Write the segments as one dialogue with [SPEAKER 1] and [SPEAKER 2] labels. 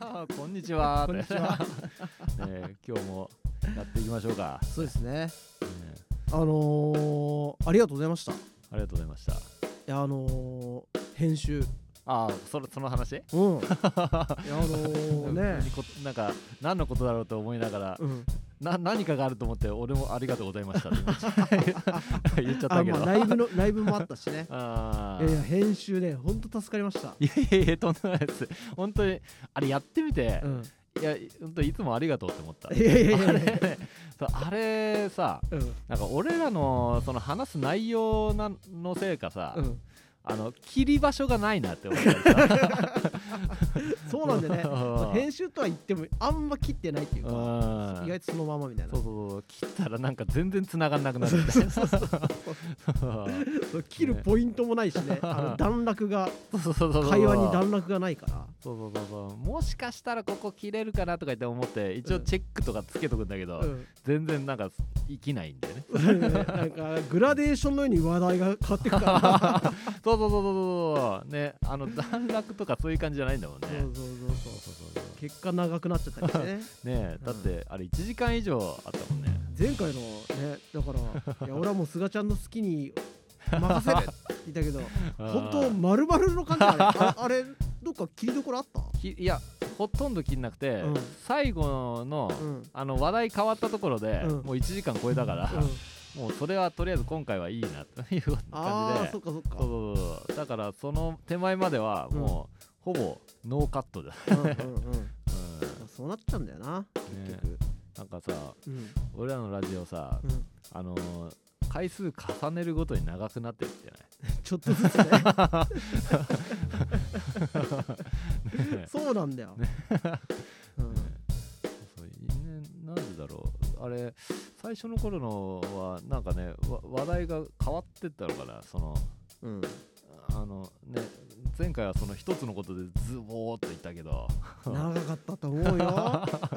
[SPEAKER 1] あこんにちは。
[SPEAKER 2] こんにちは。
[SPEAKER 1] えー今日もやっていきましょうか。
[SPEAKER 2] そうですね
[SPEAKER 1] えー
[SPEAKER 2] あのー、ありがとうございましたい
[SPEAKER 1] ありがとうございました。
[SPEAKER 2] やあのー、編集
[SPEAKER 1] ああ、それその話？
[SPEAKER 2] うん いやあのー、ね
[SPEAKER 1] 普通にこなんか何のことだろうと思いながら、
[SPEAKER 2] うん、
[SPEAKER 1] な何かがあると思って、俺もありがとうございました って言っちゃ言っちゃった
[SPEAKER 2] あ
[SPEAKER 1] けど。
[SPEAKER 2] まあライブのライブもあった しね
[SPEAKER 1] あ
[SPEAKER 2] い
[SPEAKER 1] ー
[SPEAKER 2] やいや編集ねほんと助かりました
[SPEAKER 1] いやいやいやとんでもないです。本当にあれやってみて、
[SPEAKER 2] うん
[SPEAKER 1] いや本当いつもありがとうって思った。
[SPEAKER 2] いやいやい
[SPEAKER 1] あ
[SPEAKER 2] やいや
[SPEAKER 1] れそうあれさ
[SPEAKER 2] うん
[SPEAKER 1] なんか俺らのその話す内容なのせいかさ、
[SPEAKER 2] うん
[SPEAKER 1] あの切り場所がないなって思ったり さ
[SPEAKER 2] そうなんでね
[SPEAKER 1] うん
[SPEAKER 2] 編集とは言ってもあんま切ってないっていううか
[SPEAKER 1] ん
[SPEAKER 2] 意外とそのままみたいな
[SPEAKER 1] そうそうそう切ったらなんか全然繋がんなくなるみたいなそう
[SPEAKER 2] そう切るポイントもないしねあの段落が
[SPEAKER 1] そうそうそう
[SPEAKER 2] 会話に段落がないから
[SPEAKER 1] そうそうそうそうもしかしたらここ切れるかなとか言って思って一応
[SPEAKER 2] うん
[SPEAKER 1] チェックとかつけとくんだけど、
[SPEAKER 2] うん
[SPEAKER 1] 全然なんか生きないんだよね
[SPEAKER 2] なんかグラデーションのように話題が変わってくか
[SPEAKER 1] そうそうそうそうそうそうねあの段落とかそういう感じじゃないんだもんね
[SPEAKER 2] らそうそうそうそう
[SPEAKER 1] そうそうそうそ
[SPEAKER 2] 結果長くなっちゃったりして ね
[SPEAKER 1] うねえだってあれ1時間以上あったもんね
[SPEAKER 2] 前回のねだか らいや俺はもう菅ちゃんの好きに任せるって言っ たけど本当丸々の感じだねああれどっか切りどころあった
[SPEAKER 1] きいやほとんど切んなくて、
[SPEAKER 2] うん
[SPEAKER 1] 最後の、
[SPEAKER 2] うん
[SPEAKER 1] あの話題変わったところで、
[SPEAKER 2] うん
[SPEAKER 1] もう1時間超えたから、
[SPEAKER 2] うん、
[SPEAKER 1] もうそれはとりあえず今回はいいなという
[SPEAKER 2] あ
[SPEAKER 1] 感
[SPEAKER 2] あ
[SPEAKER 1] じで
[SPEAKER 2] そっかそっか
[SPEAKER 1] そうそうそうそうだからその手前まではもう、ほぼノーカットだ、
[SPEAKER 2] うんうんうん
[SPEAKER 1] う
[SPEAKER 2] そうなっちゃうんだよな結
[SPEAKER 1] んね
[SPEAKER 2] 局、
[SPEAKER 1] なんかさ
[SPEAKER 2] うん
[SPEAKER 1] 俺らのラジオさ、
[SPEAKER 2] うん、
[SPEAKER 1] あのー回数重ねるごとに長くなってるじ
[SPEAKER 2] ちょっとずつ ね
[SPEAKER 1] ゃないね
[SPEAKER 2] そうなんだよ、うん
[SPEAKER 1] そうね、なんでだろうあれ最初の頃のはなんかねわ話題が変わってったのかなその
[SPEAKER 2] うん、
[SPEAKER 1] あのね前回はその一つのことでズボーっと言ったけ ど
[SPEAKER 2] 長かったと思うよ、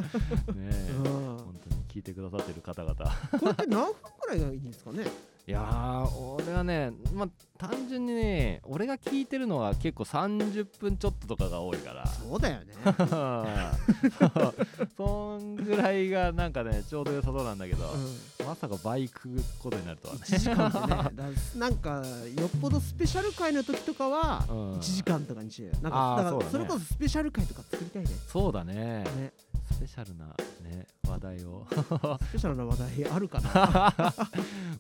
[SPEAKER 1] ねえ、
[SPEAKER 2] うん、
[SPEAKER 1] 本当に聞いてくださってる方々
[SPEAKER 2] これって何分くらいがいいんですかね
[SPEAKER 1] いやー俺はねまあ単純にね俺が聞いてるのは結構30分ちょっととかが多いから
[SPEAKER 2] そうだよ ね
[SPEAKER 1] そうそんぐらいがなんかねちょうど良さそうなんだけど、
[SPEAKER 2] う
[SPEAKER 1] まさか倍くことになるとはね
[SPEAKER 2] 1時間で ねだなんかよっぽどスペシャル回の時とかは
[SPEAKER 1] うん
[SPEAKER 2] 1時間とかにしようよなん
[SPEAKER 1] あー
[SPEAKER 2] かだ
[SPEAKER 1] そう
[SPEAKER 2] か
[SPEAKER 1] だね
[SPEAKER 2] らそれこそスペシャル回とか作りたいね
[SPEAKER 1] そうだね
[SPEAKER 2] ね
[SPEAKER 1] スペシャルな、ね、話題を
[SPEAKER 2] スペシャルな話題ある かな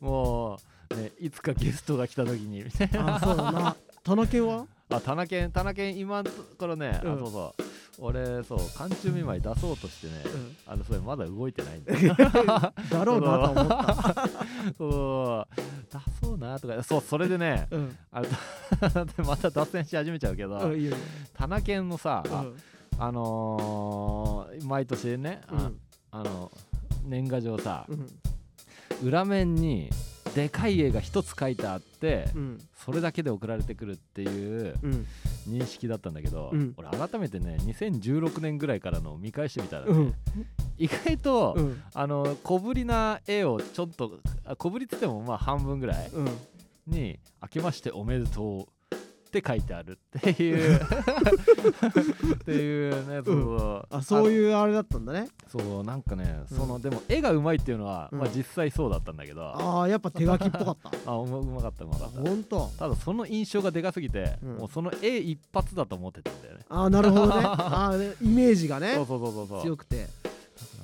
[SPEAKER 1] もう、ね、いつかゲストが来た時にみたいな
[SPEAKER 2] あーそうだな田中健は
[SPEAKER 1] あタナケンタナケン今のところね、
[SPEAKER 2] う
[SPEAKER 1] あ
[SPEAKER 2] ん
[SPEAKER 1] そうそう俺そう寒中見舞い出そうとしてね、
[SPEAKER 2] うん
[SPEAKER 1] あのそれまだ動いてないんだ
[SPEAKER 2] だろうなと思った
[SPEAKER 1] そう出そうなとかそうそれでね
[SPEAKER 2] うん
[SPEAKER 1] あのでまた脱線し始めちゃうけど、
[SPEAKER 2] うんいいよいいよ
[SPEAKER 1] タナケンのさ、
[SPEAKER 2] うん
[SPEAKER 1] あのー毎年ねあ,、
[SPEAKER 2] うん
[SPEAKER 1] あの年賀状さ、
[SPEAKER 2] うん
[SPEAKER 1] 裏面にでかい絵が一つ書いてあって、
[SPEAKER 2] うん
[SPEAKER 1] それだけで送られてくるっていう
[SPEAKER 2] うん
[SPEAKER 1] 認識だったんだけど、
[SPEAKER 2] うん
[SPEAKER 1] 俺改めてね2016年ぐらいからのを見返してみたらね、
[SPEAKER 2] うん
[SPEAKER 1] 意外と、
[SPEAKER 2] うん
[SPEAKER 1] あの小ぶりな絵をちょっとあ小ぶりっつってもまあ半分ぐらい
[SPEAKER 2] うん
[SPEAKER 1] に「明けましておめでとう」って書いてあるっていう っていうねそうそう、
[SPEAKER 2] あそういうあれだったんだね
[SPEAKER 1] あそうなんかね、
[SPEAKER 2] うん
[SPEAKER 1] そのでも絵がうまいっていうのは、
[SPEAKER 2] うん
[SPEAKER 1] まあ、実際そうだったんだけどあ
[SPEAKER 2] ああやっぱ手書きっぽかった
[SPEAKER 1] うまうまかったうまかった
[SPEAKER 2] ほんと
[SPEAKER 1] ただその印象がでかすぎて、
[SPEAKER 2] うん
[SPEAKER 1] もうその絵一発だと思ってたんだよね
[SPEAKER 2] ああなる ほどねあーイメージが
[SPEAKER 1] そ
[SPEAKER 2] ね
[SPEAKER 1] うそうそうそうそう
[SPEAKER 2] 強くて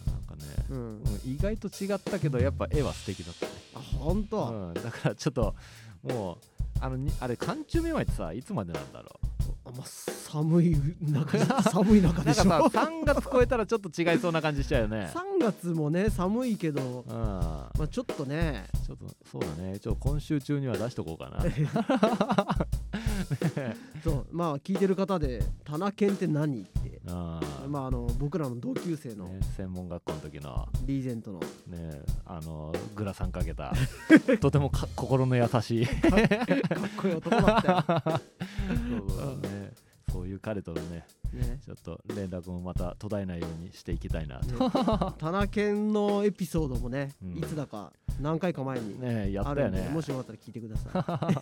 [SPEAKER 1] なんかね、
[SPEAKER 2] うん
[SPEAKER 1] うん意外と違ったけどやっぱ絵は素敵だったね、
[SPEAKER 2] あほんと
[SPEAKER 1] うん、だからちょっともうあのにあれ寒中見舞いってさいつまでなんだろ
[SPEAKER 2] あまあ、寒い中寒いう中
[SPEAKER 1] な
[SPEAKER 2] で
[SPEAKER 1] ん
[SPEAKER 2] し
[SPEAKER 1] か
[SPEAKER 2] ょ
[SPEAKER 1] さ3月超えたらちょっと違いそうな感じしちゃうよ ね
[SPEAKER 2] 3月もね寒いけど
[SPEAKER 1] う、ん、ま
[SPEAKER 2] まあ、ちょっとね
[SPEAKER 1] あちょっとそうだねちょっと今週中には出しとこう かな
[SPEAKER 2] そうまあ聞いてる方で「タナケンって何?」って、
[SPEAKER 1] あー
[SPEAKER 2] まあ、あの僕らの同級生の
[SPEAKER 1] ね、専門学校の時の
[SPEAKER 2] リーゼン トの
[SPEAKER 1] ねあのグラサンかけたとてもか心の優し い
[SPEAKER 2] かっこいい男だったよ、
[SPEAKER 1] そうそうねそういう彼とのね
[SPEAKER 2] ね
[SPEAKER 1] ちょっと連絡もまた途絶えないようにしていきたいなと
[SPEAKER 2] ね、タナケンのエピソードもね、
[SPEAKER 1] うん
[SPEAKER 2] いつだか何回か前に
[SPEAKER 1] ねや
[SPEAKER 2] あ
[SPEAKER 1] った
[SPEAKER 2] る
[SPEAKER 1] よ
[SPEAKER 2] んで
[SPEAKER 1] ね
[SPEAKER 2] もしよかったら聞いてく ださ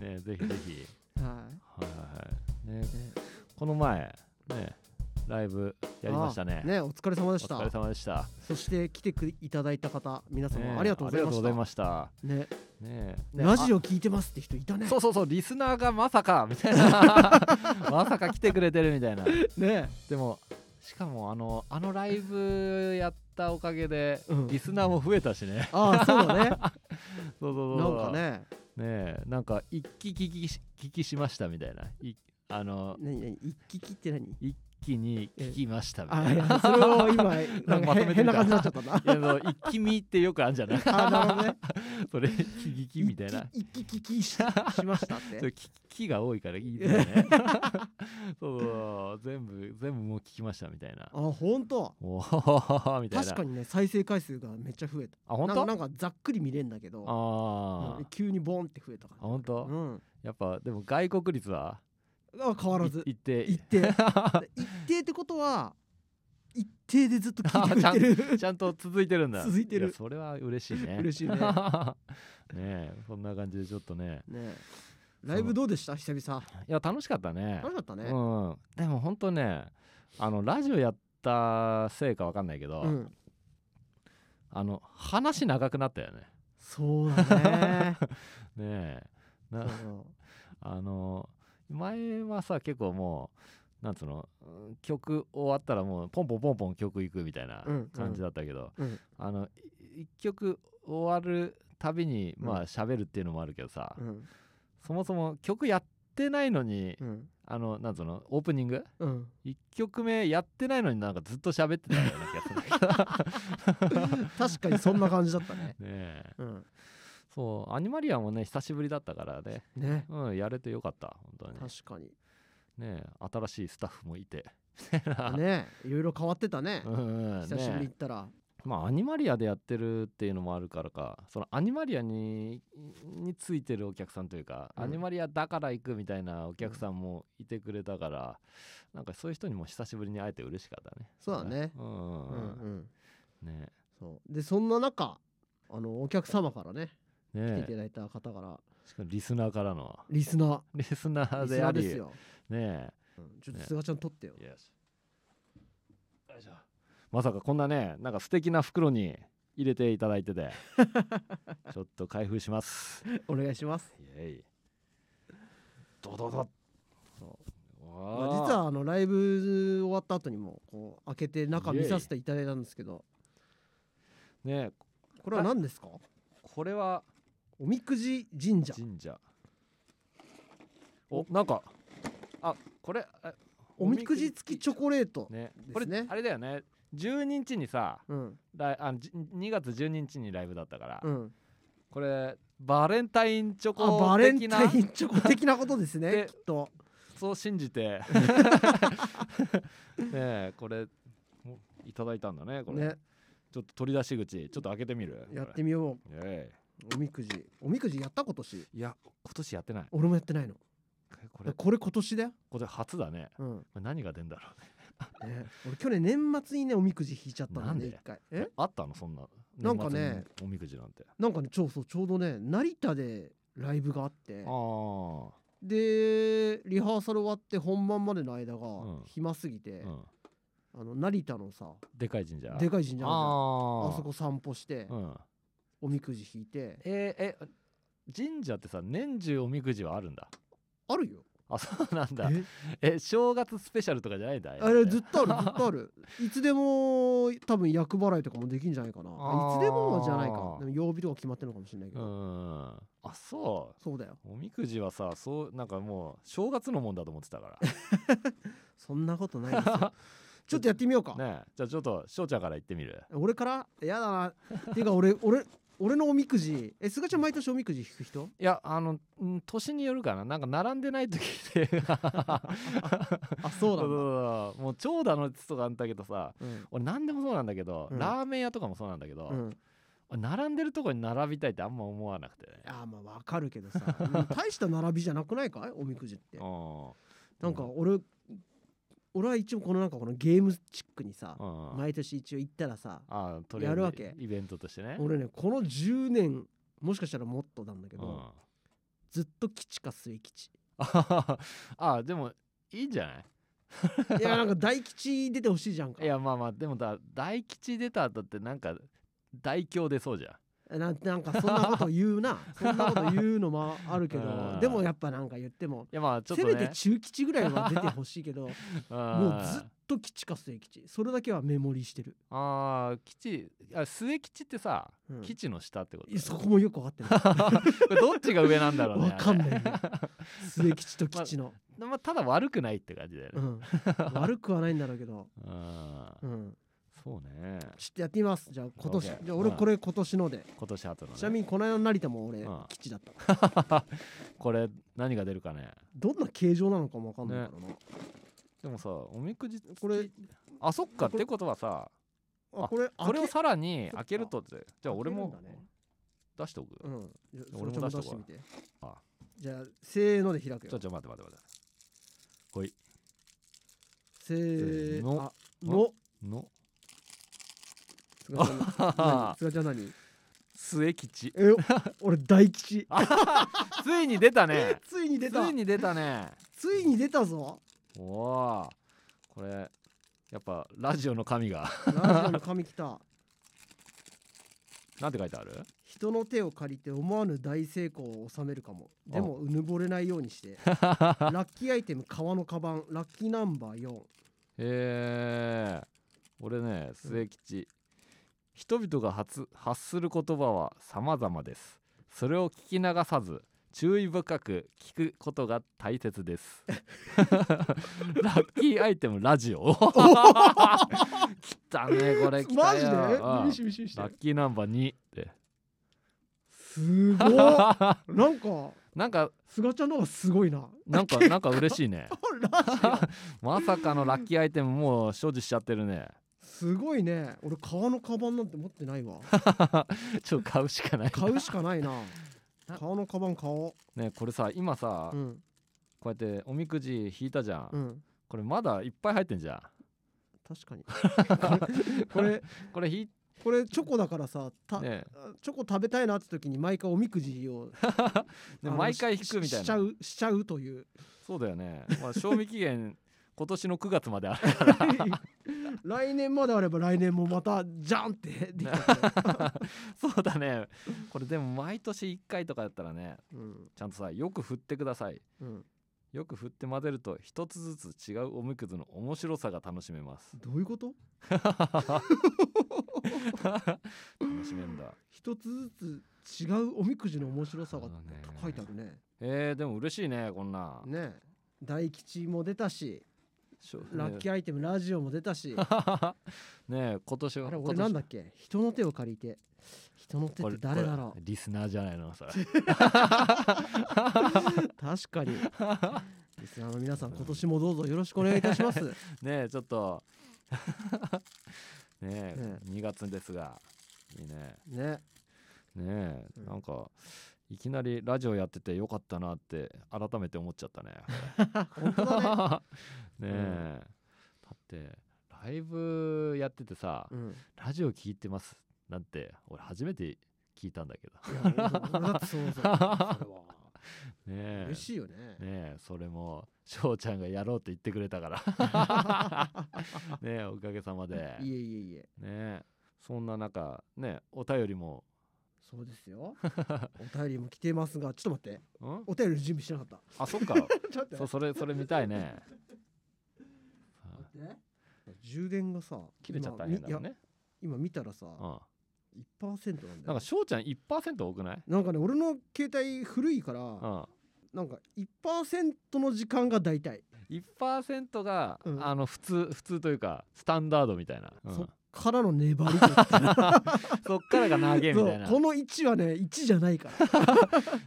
[SPEAKER 1] ねぜひぜひ
[SPEAKER 2] い、
[SPEAKER 1] は
[SPEAKER 2] は
[SPEAKER 1] いはいはいね
[SPEAKER 2] いね
[SPEAKER 1] この前ねライブやりましたね
[SPEAKER 2] あねお疲れ様で
[SPEAKER 1] お
[SPEAKER 2] した
[SPEAKER 1] 疲れ様でした、
[SPEAKER 2] そして来てくいただいた方皆
[SPEAKER 1] ね
[SPEAKER 2] 様ありがとうございました
[SPEAKER 1] ました
[SPEAKER 2] ね
[SPEAKER 1] ねえね
[SPEAKER 2] ラジ
[SPEAKER 1] オ
[SPEAKER 2] オ聞いてますって人いたね
[SPEAKER 1] そうそうそうリスナーがまさかみたいな まさか来てくれてるみたいな
[SPEAKER 2] ね
[SPEAKER 1] でもしかもあのあのライブやったおかげで
[SPEAKER 2] うん
[SPEAKER 1] リスナーも増えたしね、
[SPEAKER 2] ああそうだね
[SPEAKER 1] そう そう
[SPEAKER 2] な
[SPEAKER 1] そうん
[SPEAKER 2] かね
[SPEAKER 1] ねえなんか一気聞きし聞きしましたみたいないあの
[SPEAKER 2] 何何一気切って何
[SPEAKER 1] 一気に聞きましたみ
[SPEAKER 2] あ
[SPEAKER 1] た
[SPEAKER 2] い
[SPEAKER 1] いな
[SPEAKER 2] やそれを 今
[SPEAKER 1] な
[SPEAKER 2] なんん
[SPEAKER 1] かま
[SPEAKER 2] か
[SPEAKER 1] とめ
[SPEAKER 2] 変
[SPEAKER 1] てみた
[SPEAKER 2] 変な感じになっちゃっ たな
[SPEAKER 1] いやそう一気見ってよくあるんじゃない
[SPEAKER 2] あなるほどね
[SPEAKER 1] それ聞きみたいな
[SPEAKER 2] 一気聞きししましたっ
[SPEAKER 1] それ
[SPEAKER 2] て
[SPEAKER 1] 聞きが多いからいいですね そうそう全部全部もう聞きましたみたいな
[SPEAKER 2] あ本当
[SPEAKER 1] おおみたいな
[SPEAKER 2] 確かにね再生回数がめっちゃ増えた
[SPEAKER 1] あ本
[SPEAKER 2] な
[SPEAKER 1] 当
[SPEAKER 2] んかなんかざっくり見れんだけど
[SPEAKER 1] あ
[SPEAKER 2] う
[SPEAKER 1] ー
[SPEAKER 2] ん急にボンって増えたか
[SPEAKER 1] あ
[SPEAKER 2] ら
[SPEAKER 1] 本当、
[SPEAKER 2] うん
[SPEAKER 1] やっぱでも外国率は
[SPEAKER 2] あ変わらず
[SPEAKER 1] いって
[SPEAKER 2] 一定一定ってことは一定でずっと聞いてくれてる
[SPEAKER 1] ちゃんと続いてるんだ
[SPEAKER 2] 続いてる
[SPEAKER 1] やそれは嬉しいね
[SPEAKER 2] 嬉しい ね
[SPEAKER 1] ねえそんな感じでちょっとね
[SPEAKER 2] ねえライブどうでした久々
[SPEAKER 1] いや楽しかったね
[SPEAKER 2] 楽しかったね
[SPEAKER 1] うんでも本当ねあのラジオやったせいかわかんないけど、
[SPEAKER 2] うん
[SPEAKER 1] あの話長くなったよね
[SPEAKER 2] そうだね
[SPEAKER 1] ねえ
[SPEAKER 2] そ
[SPEAKER 1] な
[SPEAKER 2] うそう
[SPEAKER 1] あの前はさ結構もうなんつうのうん曲終わったらもうポンポンポンポン曲いくみたいな
[SPEAKER 2] うん
[SPEAKER 1] 感じだったけど、
[SPEAKER 2] うん
[SPEAKER 1] あのい一曲終わるたびに
[SPEAKER 2] うん
[SPEAKER 1] まあ喋るっていうのもあるけどさ、
[SPEAKER 2] うん
[SPEAKER 1] そもそも曲やってないのに、
[SPEAKER 2] うん
[SPEAKER 1] あのなんつうのオープニング
[SPEAKER 2] うん
[SPEAKER 1] 1曲目やってないのになんかずっと喋ってたような気がするけどね
[SPEAKER 2] 確かにそんな感じだったね
[SPEAKER 1] え
[SPEAKER 2] うん
[SPEAKER 1] そうアニマリアもね久しぶりだったからね、
[SPEAKER 2] ね
[SPEAKER 1] うん、やれてよかった本当に
[SPEAKER 2] 確かに
[SPEAKER 1] ねえ新しいスタッフもい て
[SPEAKER 2] ねいろいろ変わってたね
[SPEAKER 1] うんうん、ね
[SPEAKER 2] 久しぶりに行ったら
[SPEAKER 1] まあアニマリアでやってるっていうのもあるからかそのアニマリアにについてるお客さんというか、
[SPEAKER 2] うん
[SPEAKER 1] アニマリアだから行くみたいなお客さんもいてくれたから、なんかそういう人にも久しぶりに会えて嬉しかったね
[SPEAKER 2] そうだね
[SPEAKER 1] うん
[SPEAKER 2] う
[SPEAKER 1] うん
[SPEAKER 2] ん
[SPEAKER 1] うん
[SPEAKER 2] うん
[SPEAKER 1] ね
[SPEAKER 2] そうでそんな中あのお客様からね来てい
[SPEAKER 1] ね
[SPEAKER 2] ただいた方から
[SPEAKER 1] しかもリスナーからの
[SPEAKER 2] リスナ
[SPEAKER 1] リスナ
[SPEAKER 2] ー
[SPEAKER 1] ー
[SPEAKER 2] リス
[SPEAKER 1] で
[SPEAKER 2] ナ
[SPEAKER 1] あ
[SPEAKER 2] ー
[SPEAKER 1] り
[SPEAKER 2] ですよ
[SPEAKER 1] ね
[SPEAKER 2] うんちょっと
[SPEAKER 1] ね
[SPEAKER 2] すがちゃん撮ってよ
[SPEAKER 1] えよいしょまさかこんなねなんか素敵な袋に入れていただい ててちょっと開封します
[SPEAKER 2] お願いします
[SPEAKER 1] イエイドドド
[SPEAKER 2] そうまあ実はあのライブ終わった後にもこう開けて中見させていただいたんですけど
[SPEAKER 1] ね
[SPEAKER 2] これは何ですか
[SPEAKER 1] これは
[SPEAKER 2] おみくじ神社
[SPEAKER 1] 神社おなんかあこれあ
[SPEAKER 2] おみくじ付きチョコレート、
[SPEAKER 1] ね
[SPEAKER 2] ね
[SPEAKER 1] これあれだよね12日にさ
[SPEAKER 2] うん
[SPEAKER 1] ライあのじ2月12日にライブだったから、
[SPEAKER 2] うん
[SPEAKER 1] これバレンタインチョ
[SPEAKER 2] あ
[SPEAKER 1] コ
[SPEAKER 2] バレン
[SPEAKER 1] 的な
[SPEAKER 2] タインチョコ的なことですね
[SPEAKER 1] で
[SPEAKER 2] きっと
[SPEAKER 1] そう信じ てねえこれおいただいたんだねこれ
[SPEAKER 2] ね
[SPEAKER 1] ちょっと取り出し口ちょっと開けてみる
[SPEAKER 2] やって
[SPEAKER 1] み
[SPEAKER 2] みよ
[SPEAKER 1] え
[SPEAKER 2] うおみくじおみくじやった今年
[SPEAKER 1] いや今年やってない
[SPEAKER 2] 俺もやってないの
[SPEAKER 1] こ
[SPEAKER 2] こ
[SPEAKER 1] れ
[SPEAKER 2] れ今年だよ、
[SPEAKER 1] これ初だね
[SPEAKER 2] うん
[SPEAKER 1] これ何が出んだろ
[SPEAKER 2] ね、俺去年年末にねおみくじ引いちゃったんだ
[SPEAKER 1] なん
[SPEAKER 2] ね
[SPEAKER 1] で
[SPEAKER 2] 一回
[SPEAKER 1] う
[SPEAKER 2] え
[SPEAKER 1] あったのそんな
[SPEAKER 2] なんか
[SPEAKER 1] 年
[SPEAKER 2] ね
[SPEAKER 1] 末におみくじなんて
[SPEAKER 2] なんかねちょうそうちょうどね成田でライブがあって
[SPEAKER 1] ああ
[SPEAKER 2] でリハーサル終わって本番までの間
[SPEAKER 1] う
[SPEAKER 2] が
[SPEAKER 1] ん
[SPEAKER 2] 暇すぎて、
[SPEAKER 1] うん
[SPEAKER 2] あの成田のさ
[SPEAKER 1] でかい神社
[SPEAKER 2] で
[SPEAKER 1] い
[SPEAKER 2] かい神社あるじゃんあ
[SPEAKER 1] あー
[SPEAKER 2] そこ散歩して、
[SPEAKER 1] うん
[SPEAKER 2] おみくじ引いて
[SPEAKER 1] えーえ神社ってさ年中おみくじはあるんだ
[SPEAKER 2] あるよ
[SPEAKER 1] あそうなんだ
[SPEAKER 2] え
[SPEAKER 1] え正月スペシャルとかじゃないんだ
[SPEAKER 2] あれず
[SPEAKER 1] っ
[SPEAKER 2] っとあるずっとあるいつでも多分厄払いとかもできんじゃないかなあいつでもじゃないか
[SPEAKER 1] あー
[SPEAKER 2] でも曜日とか決まってるのかもしれないけ
[SPEAKER 1] う
[SPEAKER 2] ど、
[SPEAKER 1] んあそう
[SPEAKER 2] そうだよ
[SPEAKER 1] おみくじはさそうなんかもう正月のもんだと思ってたか、
[SPEAKER 2] そんなことないですよちょっとやってみようから
[SPEAKER 1] ねえじゃあちょっと翔ちゃんから言ってみる
[SPEAKER 2] 俺からやだなっていうか俺俺俺のおみくじえすがちゃん毎年おみくじ引 く人
[SPEAKER 1] いやあのうん年によるかななんか並んでない時ってそうそう
[SPEAKER 2] あそうな
[SPEAKER 1] ん
[SPEAKER 2] だ
[SPEAKER 1] そうもう長蛇の列とかあったけどさ
[SPEAKER 2] うん
[SPEAKER 1] 俺何でもそうなんだけど、
[SPEAKER 2] うん
[SPEAKER 1] ラーメン屋とかもそうなんだけど、
[SPEAKER 2] うん
[SPEAKER 1] 俺並んでるとこに並びたいってあんま思わなくてね
[SPEAKER 2] いやまあわかるけどさうん大した並びじゃなくな いかいおみくじって
[SPEAKER 1] う
[SPEAKER 2] なんか俺俺は一応このなんかこのゲームチックにさ
[SPEAKER 1] うん
[SPEAKER 2] 毎年一応行ったらさ
[SPEAKER 1] あとりあえず
[SPEAKER 2] やるわけ
[SPEAKER 1] イベントとしてね
[SPEAKER 2] 俺ねこの10年もしかしたらもっとなんだけ
[SPEAKER 1] うん
[SPEAKER 2] どずっと基地か末基地
[SPEAKER 1] あははあでもいいんじゃない
[SPEAKER 2] いやなんか大吉出てほしいじゃん か
[SPEAKER 1] いやまあまあでもだ大吉出た後ってなんか大凶出そうじゃん
[SPEAKER 2] なんなんかそんなこと言 うなそんなこと言うのもあるけど
[SPEAKER 1] うん
[SPEAKER 2] でもやっぱなんか言っても、
[SPEAKER 1] いやまあちょっ
[SPEAKER 2] せ
[SPEAKER 1] と
[SPEAKER 2] めて
[SPEAKER 1] ね
[SPEAKER 2] 中吉ぐらいは出てほし いけどもうずっと吉か末吉それだけはメモリーしてる、
[SPEAKER 1] あー吉あ末吉ってさ、
[SPEAKER 2] うん
[SPEAKER 1] 吉の下ってこと
[SPEAKER 2] いやそこもよく分かって ない
[SPEAKER 1] これどっちが上なんだろうね
[SPEAKER 2] わかんない
[SPEAKER 1] あ
[SPEAKER 2] よ 末吉と吉の、
[SPEAKER 1] れまあただ悪くないって感じだよね、
[SPEAKER 2] うん、悪くはないんだろうけど、
[SPEAKER 1] あー
[SPEAKER 2] うん、
[SPEAKER 1] そうね
[SPEAKER 2] ちょっとやってみますじゃあ今年
[SPEAKER 1] OK
[SPEAKER 2] じゃあ俺これ今年ので、
[SPEAKER 1] 今年後の、ね、
[SPEAKER 2] ちなみにこの間の成田も俺、
[SPEAKER 1] うん
[SPEAKER 2] 吉だった
[SPEAKER 1] これ何が出るかね
[SPEAKER 2] どんな形状なのかもわかんないからな、
[SPEAKER 1] でもさおみくじ
[SPEAKER 2] これ
[SPEAKER 1] あそっかっ
[SPEAKER 2] これ
[SPEAKER 1] てことはさ
[SPEAKER 2] あこれ
[SPEAKER 1] これを
[SPEAKER 2] 開け
[SPEAKER 1] さらに
[SPEAKER 2] そっか
[SPEAKER 1] 開けるとってじゃあ俺も
[SPEAKER 2] 開けるんだね
[SPEAKER 1] 出しておく、
[SPEAKER 2] うんじゃあ
[SPEAKER 1] 俺も
[SPEAKER 2] それ
[SPEAKER 1] 出しとこう
[SPEAKER 2] ちょっ出してみて
[SPEAKER 1] あ
[SPEAKER 2] じゃあせーので開く
[SPEAKER 1] ちょ
[SPEAKER 2] よ
[SPEAKER 1] ちょ待って待って待って
[SPEAKER 2] せー
[SPEAKER 1] の
[SPEAKER 2] あの
[SPEAKER 1] の
[SPEAKER 2] 菅ちゃん何菅ちゃん何
[SPEAKER 1] 末吉
[SPEAKER 2] え俺大吉
[SPEAKER 1] ついに出たね
[SPEAKER 2] つい に出
[SPEAKER 1] つ
[SPEAKER 2] た
[SPEAKER 1] いに出たね
[SPEAKER 2] ついに出たぞ
[SPEAKER 1] おおこれやっぱラジオの神が
[SPEAKER 2] ラジオの神来た
[SPEAKER 1] なんて書いてある
[SPEAKER 2] 人の手を借りて思わぬ大成功を収めるかもでもうぬぼれないようにして ラッキーアイテム革のカバンラッキーナンバー4
[SPEAKER 1] えー、俺ね末吉人々が発発する言葉は様々ですそれを聞き流さず注意深く聞くことが大切です ラッキーアイテムラジ オ来たねこれ来
[SPEAKER 2] マ
[SPEAKER 1] た
[SPEAKER 2] ジ
[SPEAKER 1] ようん
[SPEAKER 2] でミシミシして
[SPEAKER 1] ラッキーナンバー2って
[SPEAKER 2] すごっなんか
[SPEAKER 1] なんか
[SPEAKER 2] 菅ちゃんの方がすごいな
[SPEAKER 1] なんかなんか嬉しい ね
[SPEAKER 2] ラジ オ
[SPEAKER 1] まさかのラッキーアイテムもう所持しちゃってるね
[SPEAKER 2] すごいね俺革のカバンなんて持ってないわ
[SPEAKER 1] ちょっと買うしかない
[SPEAKER 2] 買うしか ないな革のカバン買お
[SPEAKER 1] ねこれさ今さ、
[SPEAKER 2] ううん
[SPEAKER 1] こうやっておみくじ引いたじゃん、
[SPEAKER 2] うん
[SPEAKER 1] これまだいっぱい入ってんじゃん
[SPEAKER 2] 確かにこれこれ
[SPEAKER 1] これ引い
[SPEAKER 2] これチョコだからさた、
[SPEAKER 1] ね
[SPEAKER 2] チョコ食べたいなって時に毎回おみくじを
[SPEAKER 1] で
[SPEAKER 2] あの
[SPEAKER 1] 毎回引くみたい
[SPEAKER 2] ししちゃ
[SPEAKER 1] な
[SPEAKER 2] うしちゃうという
[SPEAKER 1] そうだよね、まあ、賞味期 限今年の9月まである
[SPEAKER 2] 来年まであれば来年もまたじゃんって できた、
[SPEAKER 1] そうだねこれでも毎年1回とかだったらね
[SPEAKER 2] うん
[SPEAKER 1] ちゃんとさよく振ってください
[SPEAKER 2] うん、
[SPEAKER 1] よく振って混ぜると一つずつ違うおみくずの面白さが楽しめ ます
[SPEAKER 2] どういうこと
[SPEAKER 1] 楽しめんだ
[SPEAKER 2] 一つずつ違うおみくじの面白さが
[SPEAKER 1] そうだね
[SPEAKER 2] 書いてあるね
[SPEAKER 1] えー、でも嬉しいねこんな、
[SPEAKER 2] ね大吉も出たし
[SPEAKER 1] しょ
[SPEAKER 2] ラッキ
[SPEAKER 1] ね
[SPEAKER 2] ーアイテムラジオも出た
[SPEAKER 1] ね
[SPEAKER 2] し
[SPEAKER 1] え今年は
[SPEAKER 2] あれ
[SPEAKER 1] 今
[SPEAKER 2] 俺
[SPEAKER 1] 年
[SPEAKER 2] なんだっけ人の手を借りて人の手
[SPEAKER 1] こ
[SPEAKER 2] って
[SPEAKER 1] れ
[SPEAKER 2] 誰だろ
[SPEAKER 1] これリスナーじゃないのそれ
[SPEAKER 2] う確かにリスナーの皆さん今年もどうぞよろしくお願いいたします
[SPEAKER 1] ねえちょっと ねえ
[SPEAKER 2] ね
[SPEAKER 1] 2月ですがいいね
[SPEAKER 2] ね
[SPEAKER 1] ねえ、
[SPEAKER 2] うん
[SPEAKER 1] なんかいきなりラジオやっててよかったなって改めて思っちゃ ったね
[SPEAKER 2] 本当 だね、
[SPEAKER 1] ねえ、だってライブやっててさ、
[SPEAKER 2] うん
[SPEAKER 1] ラジオ聞いてますなんて俺初めて聞いたんだけど
[SPEAKER 2] いや俺だ俺だってそうそうそれ は
[SPEAKER 1] ねえ
[SPEAKER 2] 嬉しいよね
[SPEAKER 1] ねえそれも翔ちゃんがやろうって言ってくれたから ねえおかげさまでね
[SPEAKER 2] いえいえいえ
[SPEAKER 1] えそんな中ねえお便りも
[SPEAKER 2] そうですよ お便りも来てますがちょっと待って
[SPEAKER 1] ん
[SPEAKER 2] お便りの準備しなかっ
[SPEAKER 1] あそっか
[SPEAKER 2] た ちょっと
[SPEAKER 1] そそ
[SPEAKER 2] 待
[SPEAKER 1] れそれ見たい ね
[SPEAKER 2] って充電がさ
[SPEAKER 1] 切れちゃったら
[SPEAKER 2] 今
[SPEAKER 1] 変だもん
[SPEAKER 2] みいや
[SPEAKER 1] ね
[SPEAKER 2] 今見たらさ
[SPEAKER 1] うん
[SPEAKER 2] 1%なんだ
[SPEAKER 1] なん
[SPEAKER 2] よ
[SPEAKER 1] か翔ちゃん1%多くない
[SPEAKER 2] なんかね俺の携帯古いか
[SPEAKER 1] う
[SPEAKER 2] ら
[SPEAKER 1] ん
[SPEAKER 2] なんか1%の時間が大体
[SPEAKER 1] 1%が、
[SPEAKER 2] うん
[SPEAKER 1] あの普通普通というかスタンダードみたいな、うん
[SPEAKER 2] そっからの粘 りというか
[SPEAKER 1] そっからが投げみたいな
[SPEAKER 2] そうこの1はね1じゃないから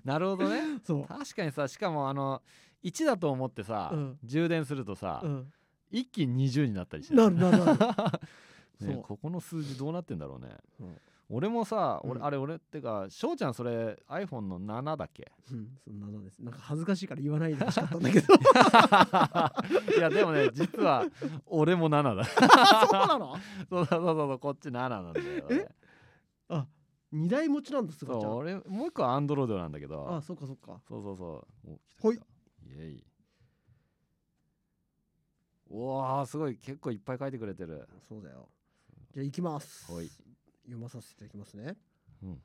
[SPEAKER 1] なるほどね
[SPEAKER 2] そ
[SPEAKER 1] 確かにさしかもあの1だと思ってさ、
[SPEAKER 2] うん
[SPEAKER 1] 充電するとさ、
[SPEAKER 2] う、うん、
[SPEAKER 1] 一気に20になったりして
[SPEAKER 2] なるなるなる そ
[SPEAKER 1] ね
[SPEAKER 2] う、
[SPEAKER 1] ここの数字どうなってんだろうね、
[SPEAKER 2] うん
[SPEAKER 1] 俺もさ俺、
[SPEAKER 2] うん
[SPEAKER 1] あれ俺ってか翔ちゃんそれ iPhone の7だっ け
[SPEAKER 2] うん、そんなのです。なんか恥ずかしいから言わないでほしかったんだ けど。 そ
[SPEAKER 1] いやでもね実は俺も7だ
[SPEAKER 2] うなの
[SPEAKER 1] そうそうそうそうこっち7なんだよ俺
[SPEAKER 2] えあ、二台持ちなんだ、
[SPEAKER 1] そ
[SPEAKER 2] すがちゃ。
[SPEAKER 1] うん俺もう一個は Android なんだけ
[SPEAKER 2] あ
[SPEAKER 1] ど
[SPEAKER 2] そっかそっか。
[SPEAKER 1] そうそうそうお来た
[SPEAKER 2] ほい
[SPEAKER 1] 来たイエイおおーすごい結構いっぱい書いてくれてる
[SPEAKER 2] そうだよじゃあ行きます
[SPEAKER 1] はい
[SPEAKER 2] 読まさせていただきますね、
[SPEAKER 1] うん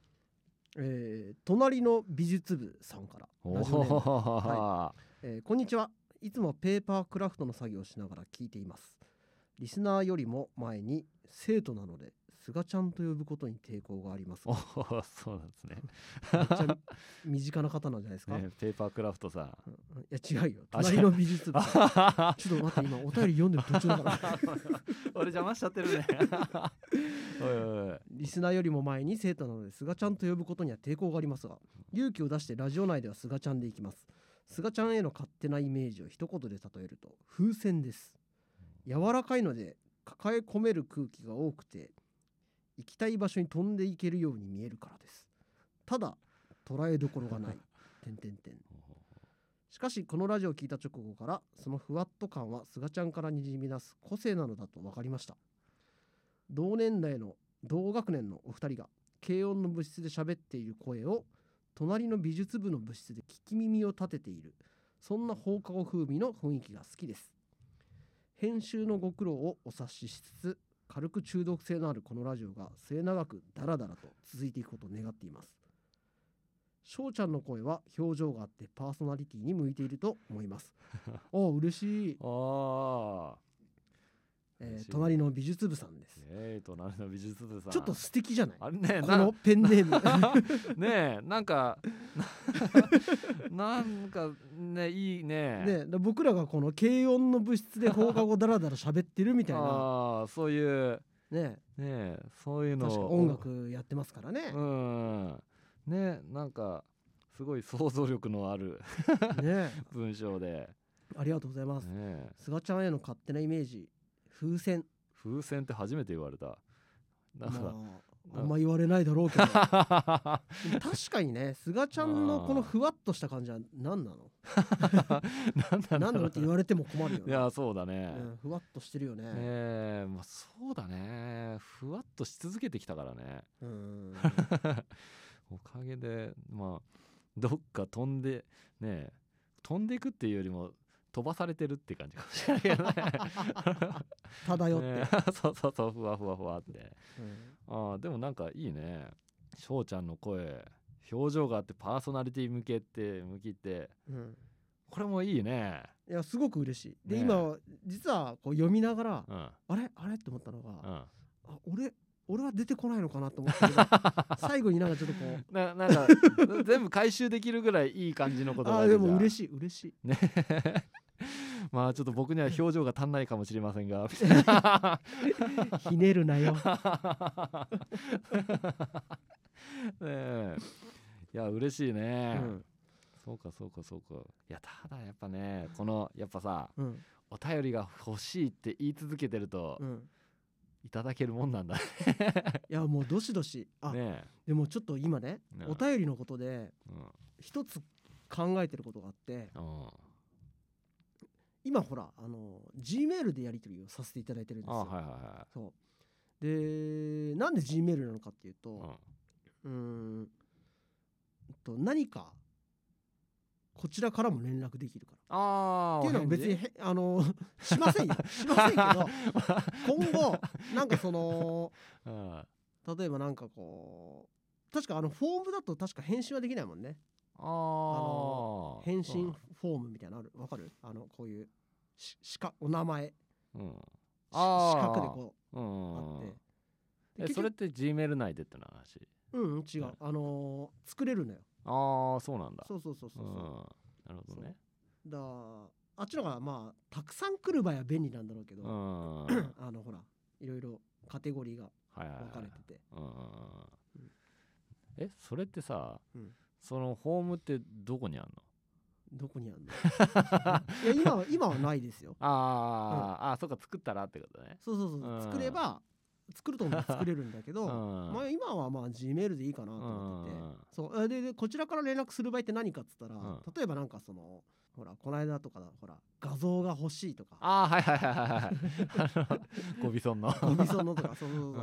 [SPEAKER 2] えー隣の美術部さんから
[SPEAKER 1] お
[SPEAKER 2] ラジオネーム
[SPEAKER 1] ー、
[SPEAKER 2] えーこんにちはいつもペーパークラフトの作業をしながら聞いていますリスナーよりも前に生徒なのですがちゃんと呼ぶことに抵抗があります
[SPEAKER 1] お
[SPEAKER 2] が
[SPEAKER 1] ーそうなんですね
[SPEAKER 2] めっちゃ身近な方なんじゃないです か、
[SPEAKER 1] ねペーパークラフトさん
[SPEAKER 2] うんうんいや違うよ
[SPEAKER 1] あ違う
[SPEAKER 2] 隣の美術部
[SPEAKER 1] あははは
[SPEAKER 2] ちょっと待って今お便り読んでる途中だから
[SPEAKER 1] 俺邪魔しちゃってるね おいおいおい
[SPEAKER 2] リスナーよりも前に生徒なのですがちゃんと呼ぶことには抵抗がありますが勇気を出してラジオ内ではすがちゃんでいきますすがちゃんへの勝手なイメージを一言で例えると風船です柔らかいので抱え込める空気が多くて行きたい場所に飛んでいけるように見えるからですただ捉えどころがない点点点しかしこのラジオを聞いた直後からそのふわっと感はすがちゃんからにじみ出す個性なのだと分かりました同年代の同学年のお二人が軽音の部室で喋っている声を隣の美術部の部室で聞き耳を立てているそんな放課後風味の雰囲気が好きです編集のご苦労をお察ししつつ軽く中毒性のあるこのラジオが末永くダラダラと続いていくことを願っています翔ちゃんの声は表情があってパーソナリティに向いていると思います ああ嬉しい、
[SPEAKER 1] あ
[SPEAKER 2] え
[SPEAKER 1] 嬉しい
[SPEAKER 2] ー隣の美術部さんです
[SPEAKER 1] ーイエーイ隣の美術部さん
[SPEAKER 2] ちょっと素敵じゃない
[SPEAKER 1] あれね
[SPEAKER 2] こ
[SPEAKER 1] な
[SPEAKER 2] のペンネーム
[SPEAKER 1] ねえなんかなんかねいいね
[SPEAKER 2] ね、だ僕らがこの軽音の部室で放課後だらだら喋ってるみたいな、
[SPEAKER 1] ああそういう
[SPEAKER 2] ね、
[SPEAKER 1] ねえそういうの
[SPEAKER 2] 確か
[SPEAKER 1] を
[SPEAKER 2] 音楽やってますからね。
[SPEAKER 1] うんねなんかすごい想像力のある
[SPEAKER 2] ね、
[SPEAKER 1] 文章で、
[SPEAKER 2] ありがとうございます。
[SPEAKER 1] ねえ、
[SPEAKER 2] すがちゃんへの勝手なイメージ、風船、
[SPEAKER 1] 風船って初めて言われたな
[SPEAKER 2] ま
[SPEAKER 1] んか、
[SPEAKER 2] あ、あんま言われないだろう けど、でも確かにね、すがちゃんのこのふわっとした感じは何なの？
[SPEAKER 1] なんだろう
[SPEAKER 2] 何なのって言われても困るよ
[SPEAKER 1] い
[SPEAKER 2] ね。
[SPEAKER 1] やそうだね、
[SPEAKER 2] うん、ふわっとしてるよね。
[SPEAKER 1] ええまあそうだねふわっとし続けてきたからね
[SPEAKER 2] うん、
[SPEAKER 1] おかげでまあどっか飛んでねえ飛んでいくっていうよりも飛ばされてるって感じかもしれないけど ね
[SPEAKER 2] 漂って、
[SPEAKER 1] ねえ そうそうそうふわふわふわって
[SPEAKER 2] うん
[SPEAKER 1] あーでもなんかいいね翔ちゃんの声表情があってパーソナリティ向けって向きって
[SPEAKER 2] うん
[SPEAKER 1] これもいいね
[SPEAKER 2] いやすごく嬉しい。で、
[SPEAKER 1] ねえ
[SPEAKER 2] 今実はこう読みながら、
[SPEAKER 1] うん
[SPEAKER 2] あれあれって思ったのが。
[SPEAKER 1] うん
[SPEAKER 2] あ俺俺は出てこないのかなと思ったけど 最後になんかちょっとこう
[SPEAKER 1] ななん か全部回収できるぐらいいい感じのこと
[SPEAKER 2] あ
[SPEAKER 1] が
[SPEAKER 2] ーでも
[SPEAKER 1] しい
[SPEAKER 2] 嬉しい嬉しい
[SPEAKER 1] ねまあちょっと僕には表情が足んないかもしれません がみたいな
[SPEAKER 2] ひねる なよ
[SPEAKER 1] ねえいや嬉しいうね、
[SPEAKER 2] ん、
[SPEAKER 1] そうかそうかそうかいやただやっぱねこのやっぱさ
[SPEAKER 2] うん
[SPEAKER 1] お便りが欲しいって言い続けてると、
[SPEAKER 2] うん、
[SPEAKER 1] いただけるもんなんだね
[SPEAKER 2] いやもうどしどしあ、
[SPEAKER 1] ね
[SPEAKER 2] でもちょっと今ね
[SPEAKER 1] ね
[SPEAKER 2] お便りのことで
[SPEAKER 1] え、うん
[SPEAKER 2] 一つ考えてることがあって
[SPEAKER 1] うん、
[SPEAKER 2] 今ほらあの G メールでやり取りをさせていただいてるんです
[SPEAKER 1] あ
[SPEAKER 2] よ、
[SPEAKER 1] はいは
[SPEAKER 2] そうでなんで G メールなのかっていう
[SPEAKER 1] いはい
[SPEAKER 2] と、うーんと何かこちらからも連絡できるから
[SPEAKER 1] ああ
[SPEAKER 2] っていうのは別にへあの しませんよしませんけど今後なんか その
[SPEAKER 1] あ
[SPEAKER 2] 例えばなんかこう確かあのフォームだと確か返信はできないもんね
[SPEAKER 1] あの
[SPEAKER 2] 返信フォームみたいなのあるわかるあのこういうししかお名前し
[SPEAKER 1] うん
[SPEAKER 2] 四
[SPEAKER 1] あー
[SPEAKER 2] 角でこう
[SPEAKER 1] うん
[SPEAKER 2] あってで
[SPEAKER 1] え
[SPEAKER 2] 結
[SPEAKER 1] それっ
[SPEAKER 2] 局
[SPEAKER 1] て G メール内でっての話
[SPEAKER 2] うん違うあのー作れるのよ
[SPEAKER 1] ああそうなんだ
[SPEAKER 2] そうそうそうそう
[SPEAKER 1] うん
[SPEAKER 2] そ
[SPEAKER 1] なるほどね
[SPEAKER 2] うだからあっちの方がまあたくさん来る場合は便利なんだろうけ
[SPEAKER 1] う
[SPEAKER 2] ど
[SPEAKER 1] ん は
[SPEAKER 2] あのほらいろいろカテゴリーが
[SPEAKER 1] いはいはい
[SPEAKER 2] 分かれてて
[SPEAKER 1] うんうんうんえそれってさ
[SPEAKER 2] うん
[SPEAKER 1] そのホームってどこにあるの
[SPEAKER 2] どこにある のいや今は今はないですよ
[SPEAKER 1] あーあーそうか作ったらってことね
[SPEAKER 2] そうそうそううん作れば作ると 思う作れるんだけ
[SPEAKER 1] う
[SPEAKER 2] ど、
[SPEAKER 1] ん
[SPEAKER 2] まあ、今はまあ G メールでいいかなと思ってて、そうあででこちらから連絡する場合って何かっつったら、
[SPEAKER 1] ん
[SPEAKER 2] 例えばなんかそのほらこの間とかだほら画像が欲しいとか
[SPEAKER 1] ああはいはいはいはいはい あの ゴビソンのはい
[SPEAKER 2] ゴミそのとかそうそうそう
[SPEAKER 1] うん
[SPEAKER 2] ペ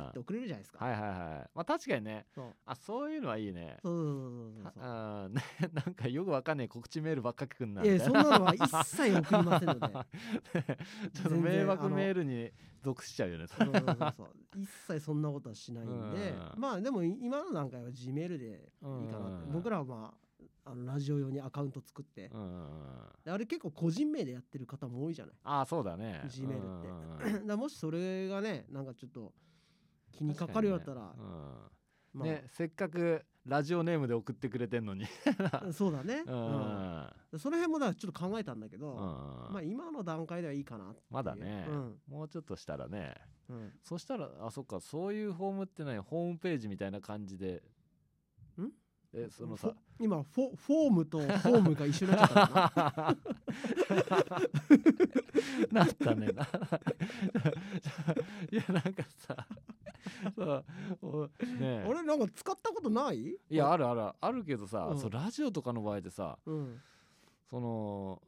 [SPEAKER 2] ッて送れるじゃないですか、
[SPEAKER 1] はいはいまあ確かにね
[SPEAKER 2] そう
[SPEAKER 1] あそういうのはいいね
[SPEAKER 2] そうそうそうそうそう
[SPEAKER 1] あーねなんかよくわかんない告知メールばっか来んなみ
[SPEAKER 2] い
[SPEAKER 1] たい
[SPEAKER 2] や
[SPEAKER 1] な
[SPEAKER 2] そんなのは一切送り ませんので
[SPEAKER 1] ちょっと
[SPEAKER 2] 全然
[SPEAKER 1] 迷惑
[SPEAKER 2] あの
[SPEAKER 1] メールに属しちゃうよね
[SPEAKER 2] そうそうそうそう一切そんなことはしないんで
[SPEAKER 1] うん
[SPEAKER 2] まあでも今の段階は G メールでいいかなって
[SPEAKER 1] うん
[SPEAKER 2] 僕らはまああのラジオ用にアカウント作って
[SPEAKER 1] うんうんうん
[SPEAKER 2] であれ結構個人名でやってる方も多いじゃない
[SPEAKER 1] ああそうだね
[SPEAKER 2] G メールって
[SPEAKER 1] うん
[SPEAKER 2] だからもしそれがねなんかちょっと気にかかるようだったら、
[SPEAKER 1] 確かにねうん
[SPEAKER 2] まあ、
[SPEAKER 1] ねせっかくラジオネームで送ってくれてんのに
[SPEAKER 2] そうだね、
[SPEAKER 1] う
[SPEAKER 2] うん
[SPEAKER 1] ん
[SPEAKER 2] その辺もだからちょっと考えたんだけど、ま
[SPEAKER 1] ま
[SPEAKER 2] あ今の段階ではいいかなっていう
[SPEAKER 1] まだね
[SPEAKER 2] うん
[SPEAKER 1] もうちょっとしたらね
[SPEAKER 2] うん、
[SPEAKER 1] そしたらあそっかそういうホームってないホームページみたいな感じで
[SPEAKER 2] ん
[SPEAKER 1] えそのさ
[SPEAKER 2] フォ今フォフォームとフォームが一緒になっちゃったのかな
[SPEAKER 1] なった ねないやなんかさそうおねえ
[SPEAKER 2] 俺なんか使ったことない
[SPEAKER 1] いやあるあるあるけどさ、
[SPEAKER 2] うん
[SPEAKER 1] そうラジオとかの場合でさ
[SPEAKER 2] うん
[SPEAKER 1] その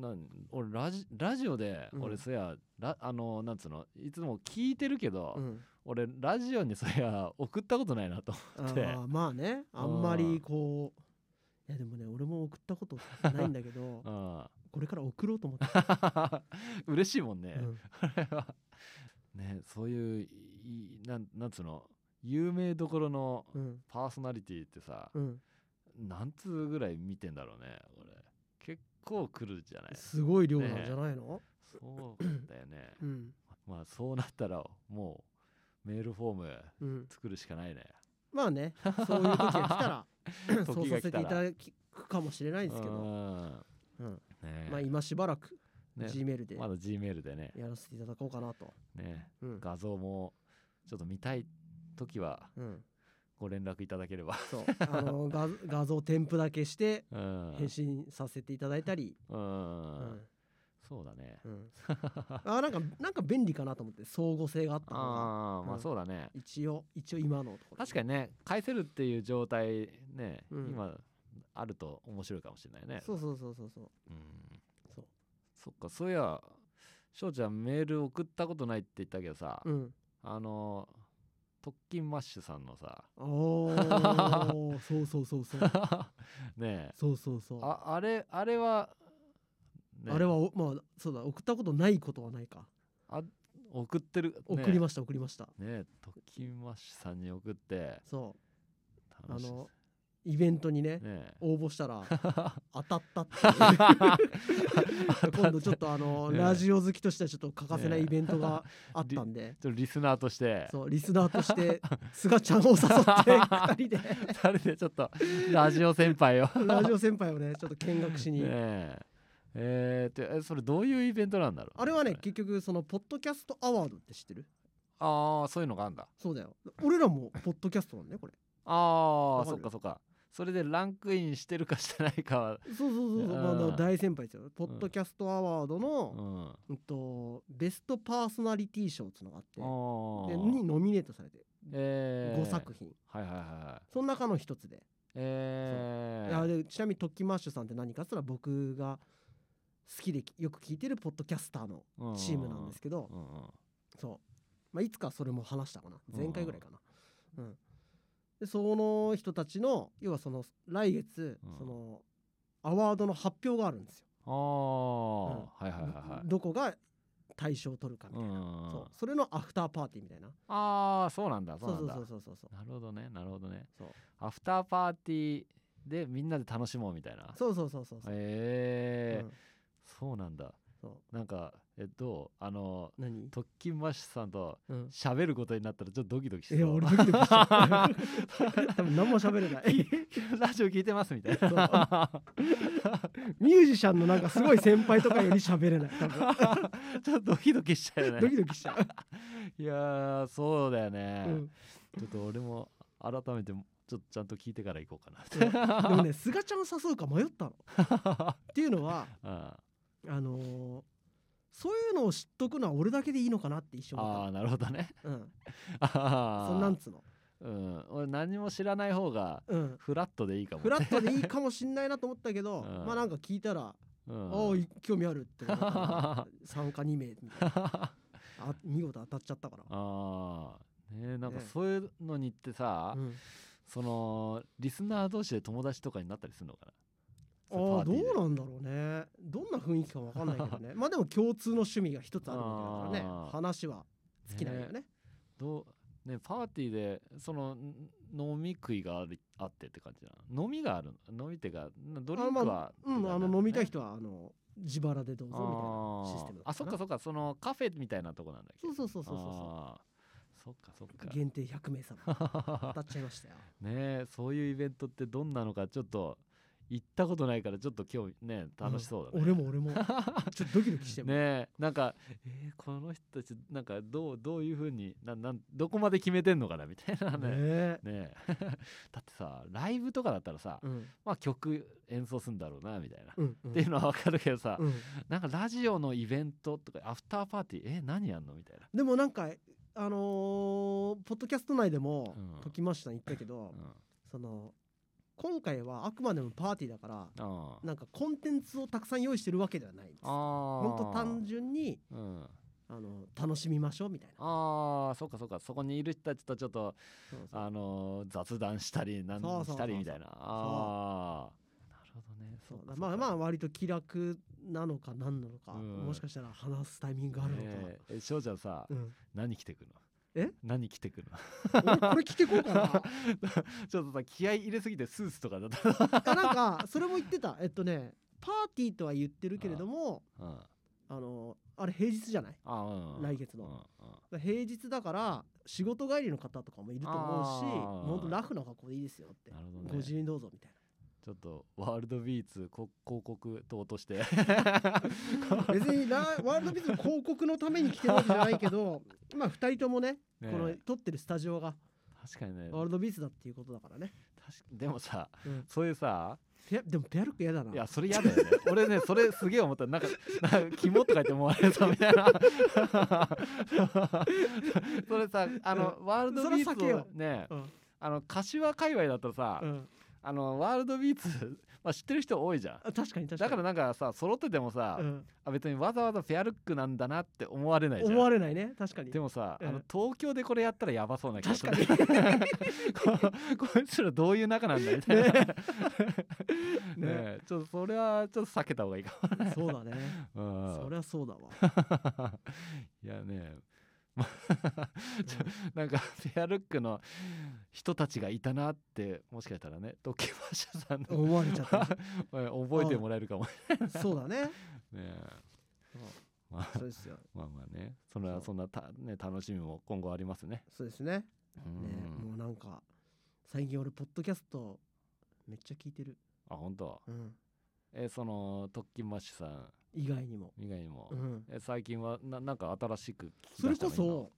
[SPEAKER 1] なん俺ラジラジオで
[SPEAKER 2] うん
[SPEAKER 1] 俺そや、ラあのなんつうのいつも聞いてるけど、
[SPEAKER 2] うん
[SPEAKER 1] 俺ラジオにそや送ったことないなと
[SPEAKER 2] あ
[SPEAKER 1] って
[SPEAKER 2] ーまあねあんまりこういやでもね俺も送ったことないんだ けど
[SPEAKER 1] あ
[SPEAKER 2] これから送ろうと思って、
[SPEAKER 1] あ嬉しいもんね、
[SPEAKER 2] うん
[SPEAKER 1] あれは ねそういういいなんなんつうの有名どころの
[SPEAKER 2] うん
[SPEAKER 1] パーソナリティってさ、
[SPEAKER 2] うん、
[SPEAKER 1] 何通ぐらい見てんだろうね俺結構来るじゃない
[SPEAKER 2] すごい量なんじゃないの、
[SPEAKER 1] そうだよね
[SPEAKER 2] うん
[SPEAKER 1] まあそうなったらもうメールフォーム
[SPEAKER 2] うん、
[SPEAKER 1] 作るしかないね
[SPEAKER 2] まあねそう いう時が来たらそう
[SPEAKER 1] 時
[SPEAKER 2] さ
[SPEAKER 1] が
[SPEAKER 2] せ
[SPEAKER 1] 来
[SPEAKER 2] て
[SPEAKER 1] た
[SPEAKER 2] いた
[SPEAKER 1] ら
[SPEAKER 2] だくかもしれないですけど、
[SPEAKER 1] うん
[SPEAKER 2] うん
[SPEAKER 1] ね
[SPEAKER 2] まあ今しばらく
[SPEAKER 1] ね
[SPEAKER 2] G メールで
[SPEAKER 1] まだ G メールでね
[SPEAKER 2] やらせていただこうかなと、
[SPEAKER 1] ね
[SPEAKER 2] うん
[SPEAKER 1] 画像もちょっと見たい時は
[SPEAKER 2] うん、
[SPEAKER 1] ご連絡いただければ、
[SPEAKER 2] そうあの画画像添付だけして
[SPEAKER 1] うん、
[SPEAKER 2] 返信させていただいたり、
[SPEAKER 1] うん
[SPEAKER 2] うん
[SPEAKER 1] そうだね
[SPEAKER 2] うんあなんかなんか便利かなと思って相互性があったのが
[SPEAKER 1] ああま
[SPEAKER 2] う
[SPEAKER 1] あ
[SPEAKER 2] ん
[SPEAKER 1] そうだね
[SPEAKER 2] 一応一応今のところ
[SPEAKER 1] 確かにね返せるっていう状態ね
[SPEAKER 2] うん
[SPEAKER 1] 今あると面白いかもしれないね
[SPEAKER 2] そうそうそうそうそう
[SPEAKER 1] うん
[SPEAKER 2] そう
[SPEAKER 1] そっかそういや翔ちゃんメール送ったことないって言ったけどさ、
[SPEAKER 2] うん
[SPEAKER 1] あの特勤マッシュさんの さ
[SPEAKER 2] お ーそうそうそうそう
[SPEAKER 1] ねえ
[SPEAKER 2] そうそうそうあ,、
[SPEAKER 1] ああれあれは、ね
[SPEAKER 2] れはおまあそうだ送ったことないことはないか
[SPEAKER 1] あ送ってる、ねえ、
[SPEAKER 2] 送りました送りました
[SPEAKER 1] ねえ特勤マッシュさんに送って
[SPEAKER 2] そうあ
[SPEAKER 1] 楽しい
[SPEAKER 2] のイベントに
[SPEAKER 1] で
[SPEAKER 2] ね
[SPEAKER 1] すね
[SPEAKER 2] 応募したら当たったっていう今度ちょっとあの、
[SPEAKER 1] ねえ
[SPEAKER 2] ラジオ好きとしてはちょっと欠かせない
[SPEAKER 1] ねえ
[SPEAKER 2] イベントがあったんで、
[SPEAKER 1] ち ょっとリスナーとして
[SPEAKER 2] そうリスナーとしてすがちゃんを誘 って2人で
[SPEAKER 1] 2人でちょっとラジオ先輩をね
[SPEAKER 2] ラジオ先輩をねちょっと見 学 しに、
[SPEAKER 1] ええー、ってえそれどういうイベントなんだろう
[SPEAKER 2] あれはね
[SPEAKER 1] そ
[SPEAKER 2] 結局そのポッドキャストアワードって知ってる
[SPEAKER 1] ああそういうのがあるんだ
[SPEAKER 2] そうだよ俺らもポッドキャストなんねこれ
[SPEAKER 1] ああ
[SPEAKER 2] わか
[SPEAKER 1] そ
[SPEAKER 2] る
[SPEAKER 1] っかそっかそれでランクインしてるかしてないかは
[SPEAKER 2] そうそうそうそう、
[SPEAKER 1] うん
[SPEAKER 2] まあだから大先輩ですよポッドキャストアワード
[SPEAKER 1] う
[SPEAKER 2] の、
[SPEAKER 1] んあ
[SPEAKER 2] うん、とベストパーソナリティ賞っていうのがあってでに
[SPEAKER 1] ー
[SPEAKER 2] ノミネートされて
[SPEAKER 1] えー
[SPEAKER 2] 5作品、
[SPEAKER 1] はいはいはい
[SPEAKER 2] その中の一つで,、
[SPEAKER 1] え
[SPEAKER 2] あ
[SPEAKER 1] ー
[SPEAKER 2] でちなみにトッキーマッシュさんって何かって言ったら僕が好きでよく聞いてるポッドキャスターの
[SPEAKER 1] う
[SPEAKER 2] チームなんですけど、
[SPEAKER 1] うんうん
[SPEAKER 2] そう、まあ、いつかそれも話したかな
[SPEAKER 1] うん
[SPEAKER 2] 前回ぐらいかな、うん、でその人たちの要はその来月、
[SPEAKER 1] うん
[SPEAKER 2] そのアワードの発表があるんですよ、
[SPEAKER 1] ああはいはいはいはい
[SPEAKER 2] どこが大賞を取るかみたい
[SPEAKER 1] う
[SPEAKER 2] な、
[SPEAKER 1] ん
[SPEAKER 2] そうそれのアフターパーティーみたいな
[SPEAKER 1] ああそうなんだそ
[SPEAKER 2] そうう
[SPEAKER 1] なん
[SPEAKER 2] そう
[SPEAKER 1] だ
[SPEAKER 2] そうそうそうそう
[SPEAKER 1] なるほどねなるほどね
[SPEAKER 2] そう
[SPEAKER 1] アフターパーティーでみんなで楽しもうみたいな
[SPEAKER 2] そうそうそうそうそう
[SPEAKER 1] ええ
[SPEAKER 2] うん
[SPEAKER 1] そうなんだ
[SPEAKER 2] そ
[SPEAKER 1] なんかえどうあの
[SPEAKER 2] う何、
[SPEAKER 1] 特勤マッシュさんと
[SPEAKER 2] うん、
[SPEAKER 1] 喋ることになったらちょっとドキドキし
[SPEAKER 2] いや
[SPEAKER 1] そう
[SPEAKER 2] 俺ドキドキしちゃう 多分何も喋れない
[SPEAKER 1] ラジオ聞いてますみたい
[SPEAKER 2] そ
[SPEAKER 1] な。
[SPEAKER 2] ミュージシャンのなんかすごい先輩とかより喋れない多分
[SPEAKER 1] ちょっとドキドキしちゃうよ
[SPEAKER 2] ド
[SPEAKER 1] ね。
[SPEAKER 2] キドキしちゃう、
[SPEAKER 1] いやー、そうだよね。
[SPEAKER 2] うん
[SPEAKER 1] ちょっと俺も改めて、ちょっとちゃんと聞いてから行こうかなって。
[SPEAKER 2] そうでもねすがちゃんを誘うか迷ったの っていうのは
[SPEAKER 1] あ
[SPEAKER 2] あのーそういうのを知っとくのは俺だけでいいのかなって一
[SPEAKER 1] ー
[SPEAKER 2] 瞬思っ
[SPEAKER 1] あー、なるほどね。
[SPEAKER 2] たの、うん、
[SPEAKER 1] あー
[SPEAKER 2] そんなんつうの
[SPEAKER 1] うん、俺何も知らない方が
[SPEAKER 2] うん
[SPEAKER 1] フラットでいいかも
[SPEAKER 2] フラットでいいかもしんないなと思ったけど、
[SPEAKER 1] うん
[SPEAKER 2] まあなんか聞いたら「
[SPEAKER 1] うん、
[SPEAKER 2] ああい興味ある」って思った から参加2名みたいなあ見事当たっちゃったから。
[SPEAKER 1] あーねえなんか
[SPEAKER 2] ね
[SPEAKER 1] そういうのにってさ、
[SPEAKER 2] うん
[SPEAKER 1] そのリスナー同士で友達とかになったりするのかな
[SPEAKER 2] あーどう
[SPEAKER 1] の
[SPEAKER 2] なんだろうねどんな雰囲気かわかんないけ どねまあでも共通の趣味が一つあるわけだから
[SPEAKER 1] あ
[SPEAKER 2] ね
[SPEAKER 1] ー
[SPEAKER 2] 話は尽きないよね
[SPEAKER 1] どうねパーティーでそのん飲み食いがありあってって感じなの飲みがあるの飲みっていうかなドリンクは、
[SPEAKER 2] うんあの飲みたい人はあの自腹でどうぞみたいな
[SPEAKER 1] あ
[SPEAKER 2] システムだ
[SPEAKER 1] ーあそっかそっかそのカフェみたいなとこなんだっけ
[SPEAKER 2] そうそうそうそうそうそう
[SPEAKER 1] あーそっかそっか
[SPEAKER 2] 限定100名 様当たっちゃいましたよ
[SPEAKER 1] ねえそういうイベントってどんなのかちょっと行ったことないからちょっと興味ね楽しそうだね、
[SPEAKER 2] 俺も俺 もちょっとドキドキしても、
[SPEAKER 1] ねえなんか、えーこの人たちなんかどうどういうふうになんなんどこまで決めてんのかなみたいな
[SPEAKER 2] ね
[SPEAKER 1] ね
[SPEAKER 2] え
[SPEAKER 1] ねえ だってさライブとかだったらさ、
[SPEAKER 2] うん
[SPEAKER 1] まあ、曲演奏すんだろうなみたいな、
[SPEAKER 2] うんうん
[SPEAKER 1] っていうのはわかるけどさ、
[SPEAKER 2] うん
[SPEAKER 1] なんかラジオのイベントとかアフターパーティーえ何やんのみたいな、
[SPEAKER 2] でもなんかあのーポッドキャスト内でも
[SPEAKER 1] うん
[SPEAKER 2] 時ました言ったけど、
[SPEAKER 1] うん、あ
[SPEAKER 2] その今回はあくまでもパーティーだから
[SPEAKER 1] あ
[SPEAKER 2] なんかコンテンツをたくさん用意してるわけではないんです
[SPEAKER 1] ほ
[SPEAKER 2] 本当単純に
[SPEAKER 1] うん、あ
[SPEAKER 2] あの楽しみましょうみたいな
[SPEAKER 1] あそっかそっかそこにいる人たちとちょっと
[SPEAKER 2] そうそう
[SPEAKER 1] あのー雑談したりなん
[SPEAKER 2] そうそうそう
[SPEAKER 1] したりみたいなああなるほどね
[SPEAKER 2] そう
[SPEAKER 1] っか
[SPEAKER 2] だ
[SPEAKER 1] っか
[SPEAKER 2] まあまあ割と気楽なのか何なのか、
[SPEAKER 1] うん
[SPEAKER 2] もしかしたら話すタイミングがあるのか、
[SPEAKER 1] ねええ翔ちゃんさ、
[SPEAKER 2] うん、
[SPEAKER 1] 何着てくの
[SPEAKER 2] え
[SPEAKER 1] 何着てくの
[SPEAKER 2] 俺これ着てこう かな
[SPEAKER 1] ちょっとさ気合い入れすぎてスーツとかだ ったら、
[SPEAKER 2] あなんかそれも言ってたえっとねパーティーとは言ってるけれども
[SPEAKER 1] うん、あ
[SPEAKER 2] あのあれ平日じゃない
[SPEAKER 1] あ、うんうん、
[SPEAKER 2] 来月の
[SPEAKER 1] うんうん
[SPEAKER 2] 平日だから仕事帰りの方とかもいると思うし
[SPEAKER 1] あー
[SPEAKER 2] もうほんとラフな格好でいいですよって
[SPEAKER 1] なるほどね
[SPEAKER 2] ご自由にどうぞみたい
[SPEAKER 1] ちょっとワールドビーツこ広告等と して
[SPEAKER 2] な別にラワールドビズの広告のために来てるわけじゃないけ どまあ2人ともね
[SPEAKER 1] ね
[SPEAKER 2] この撮ってるスタジオが
[SPEAKER 1] 確かにね
[SPEAKER 2] ワールドビーズだっていうことだからね、
[SPEAKER 1] 確かでもさ
[SPEAKER 2] うん
[SPEAKER 1] そういうさ
[SPEAKER 2] ペアでもペアルック嫌だない
[SPEAKER 1] やそれ嫌だよね 俺ねそれすげえ思ったなんかなんか肝とか言って思われたみたいな それさあのワールドビ
[SPEAKER 2] そ
[SPEAKER 1] ー
[SPEAKER 2] れ避け
[SPEAKER 1] ツを
[SPEAKER 2] よ
[SPEAKER 1] ね
[SPEAKER 2] うん
[SPEAKER 1] あの柏界隈だったらさ、
[SPEAKER 2] うん、
[SPEAKER 1] あのワールドビーツ、 まあ、知ってる人多いじゃん
[SPEAKER 2] あ確かに確かに
[SPEAKER 1] だからなんかさ揃っててもさ、
[SPEAKER 2] うん、
[SPEAKER 1] あ別にわざわざフェアルックなんだなって思われないじゃん
[SPEAKER 2] 思われないね確かに
[SPEAKER 1] でもさ、
[SPEAKER 2] うん
[SPEAKER 1] あの東京でこれやったらやばそうな気がする
[SPEAKER 2] 確
[SPEAKER 1] こ こいつらどういう仲なんだみたいなねえちょっとそれはちょっと避けた方がいいか
[SPEAKER 2] そうだね
[SPEAKER 1] も、 うん
[SPEAKER 2] そりゃそうだわ
[SPEAKER 1] いやね まあちょなんかフェアルックの人たちがいたなってもしかしたらね時計馬車さんの
[SPEAKER 2] 思わ れちゃった
[SPEAKER 1] 覚えてもらえるかもね
[SPEAKER 2] そうだね
[SPEAKER 1] え
[SPEAKER 2] そうそうですよ
[SPEAKER 1] まあまあねそれ
[SPEAKER 2] そ
[SPEAKER 1] は
[SPEAKER 2] う
[SPEAKER 1] そんなた、ね、楽しみも今後ありますね。
[SPEAKER 2] そうですね
[SPEAKER 1] う
[SPEAKER 2] ね
[SPEAKER 1] ん
[SPEAKER 2] もうなんか最近俺ポッドキャストめっちゃ聞いてる、
[SPEAKER 1] あ本当
[SPEAKER 2] うん、
[SPEAKER 1] えその特勤マッシュさん
[SPEAKER 2] 以外にも、
[SPEAKER 1] 以外にも、
[SPEAKER 2] うん、
[SPEAKER 1] え最近はななんか新しく聞き
[SPEAKER 2] そ
[SPEAKER 1] 出
[SPEAKER 2] れ
[SPEAKER 1] したの
[SPEAKER 2] こそ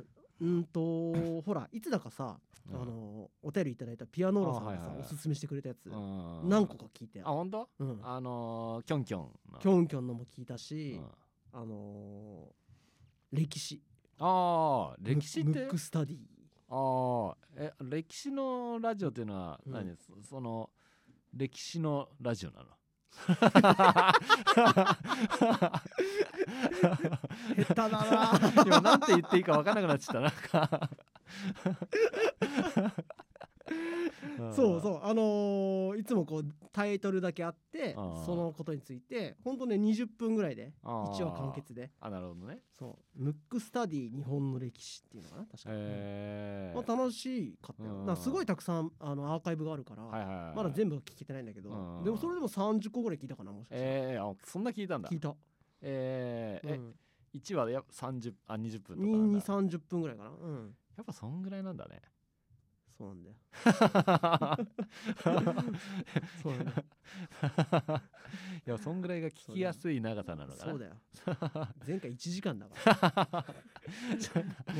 [SPEAKER 2] うんとほらいつだかさ、
[SPEAKER 1] 今
[SPEAKER 2] あのお便りいただいたピアノーラさんが
[SPEAKER 1] あ
[SPEAKER 2] さ、
[SPEAKER 1] はいはいはい
[SPEAKER 2] おすすめしてくれたやつ、
[SPEAKER 1] うんうん
[SPEAKER 2] 何個か聞いて
[SPEAKER 1] あ本当
[SPEAKER 2] うん、
[SPEAKER 1] あのーキョンキョンの
[SPEAKER 2] キョンキョンのも聞いたし、
[SPEAKER 1] うん
[SPEAKER 2] あのー歴史
[SPEAKER 1] ああ歴史っ
[SPEAKER 2] ム
[SPEAKER 1] て
[SPEAKER 2] ムックスタディ
[SPEAKER 1] ああえ歴史のラジオっていうのは
[SPEAKER 2] うん
[SPEAKER 1] 何、そその歴史のラジオなの
[SPEAKER 2] 下手だな
[SPEAKER 1] 今なんて言っていいか分からなくなっちゃったなんか
[SPEAKER 2] そうそうあのーいつもこうタイトルだけあって
[SPEAKER 1] あー
[SPEAKER 2] そのことについてほんとね20分ぐらいで
[SPEAKER 1] あー
[SPEAKER 2] 一話完結で
[SPEAKER 1] あなるほどね
[SPEAKER 2] そうムックスタディ日本の歴史っていうのかな確かに、
[SPEAKER 1] えー
[SPEAKER 2] まあ、楽しかったよ、
[SPEAKER 1] うん
[SPEAKER 2] なんかすごいたくさんあのアーカイブがあるから、
[SPEAKER 1] はいはいはい、
[SPEAKER 2] まだ全部は聞けてないんだけど、
[SPEAKER 1] うん
[SPEAKER 2] でもそれでも30個ぐらい聞いたかなもしかしたら、
[SPEAKER 1] えー、あそんな聞いたんだ
[SPEAKER 2] 聞いた、
[SPEAKER 1] えー、え、
[SPEAKER 2] うん、
[SPEAKER 1] 1話でや30あ20分とかなんだ
[SPEAKER 2] 230分ぐらいかなうん
[SPEAKER 1] やっぱそんぐらいなん だね
[SPEAKER 2] そうなんだ よそうなんだよ
[SPEAKER 1] いやそんぐらいが聞きやすい長さなのかな
[SPEAKER 2] そうだよ前回1時間だからも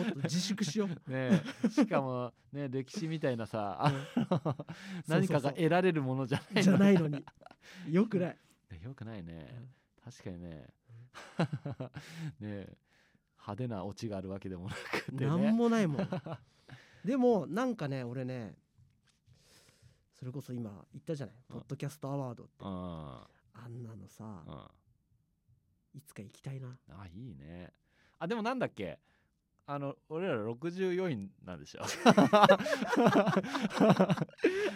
[SPEAKER 2] っと自粛しよう
[SPEAKER 1] ねえしかもね歴史みたいなさあの 何か
[SPEAKER 2] そうそうそ
[SPEAKER 1] が
[SPEAKER 2] う
[SPEAKER 1] 得られるものじゃない
[SPEAKER 2] じゃ
[SPEAKER 1] の
[SPEAKER 2] ないのに よくない、
[SPEAKER 1] ねよくないね
[SPEAKER 2] うん
[SPEAKER 1] 確かに ねね え派手なオチがあるわけでもなくて
[SPEAKER 2] なん
[SPEAKER 1] ね
[SPEAKER 2] もないもんでもなんかね俺ねそれこそ今言ったじゃない
[SPEAKER 1] うん
[SPEAKER 2] ポッドキャストアワードって
[SPEAKER 1] あ
[SPEAKER 2] あんなのさ
[SPEAKER 1] あ
[SPEAKER 2] いつか行きたいな
[SPEAKER 1] あいいねあでもなんだっけあの俺ら64位なん でしょ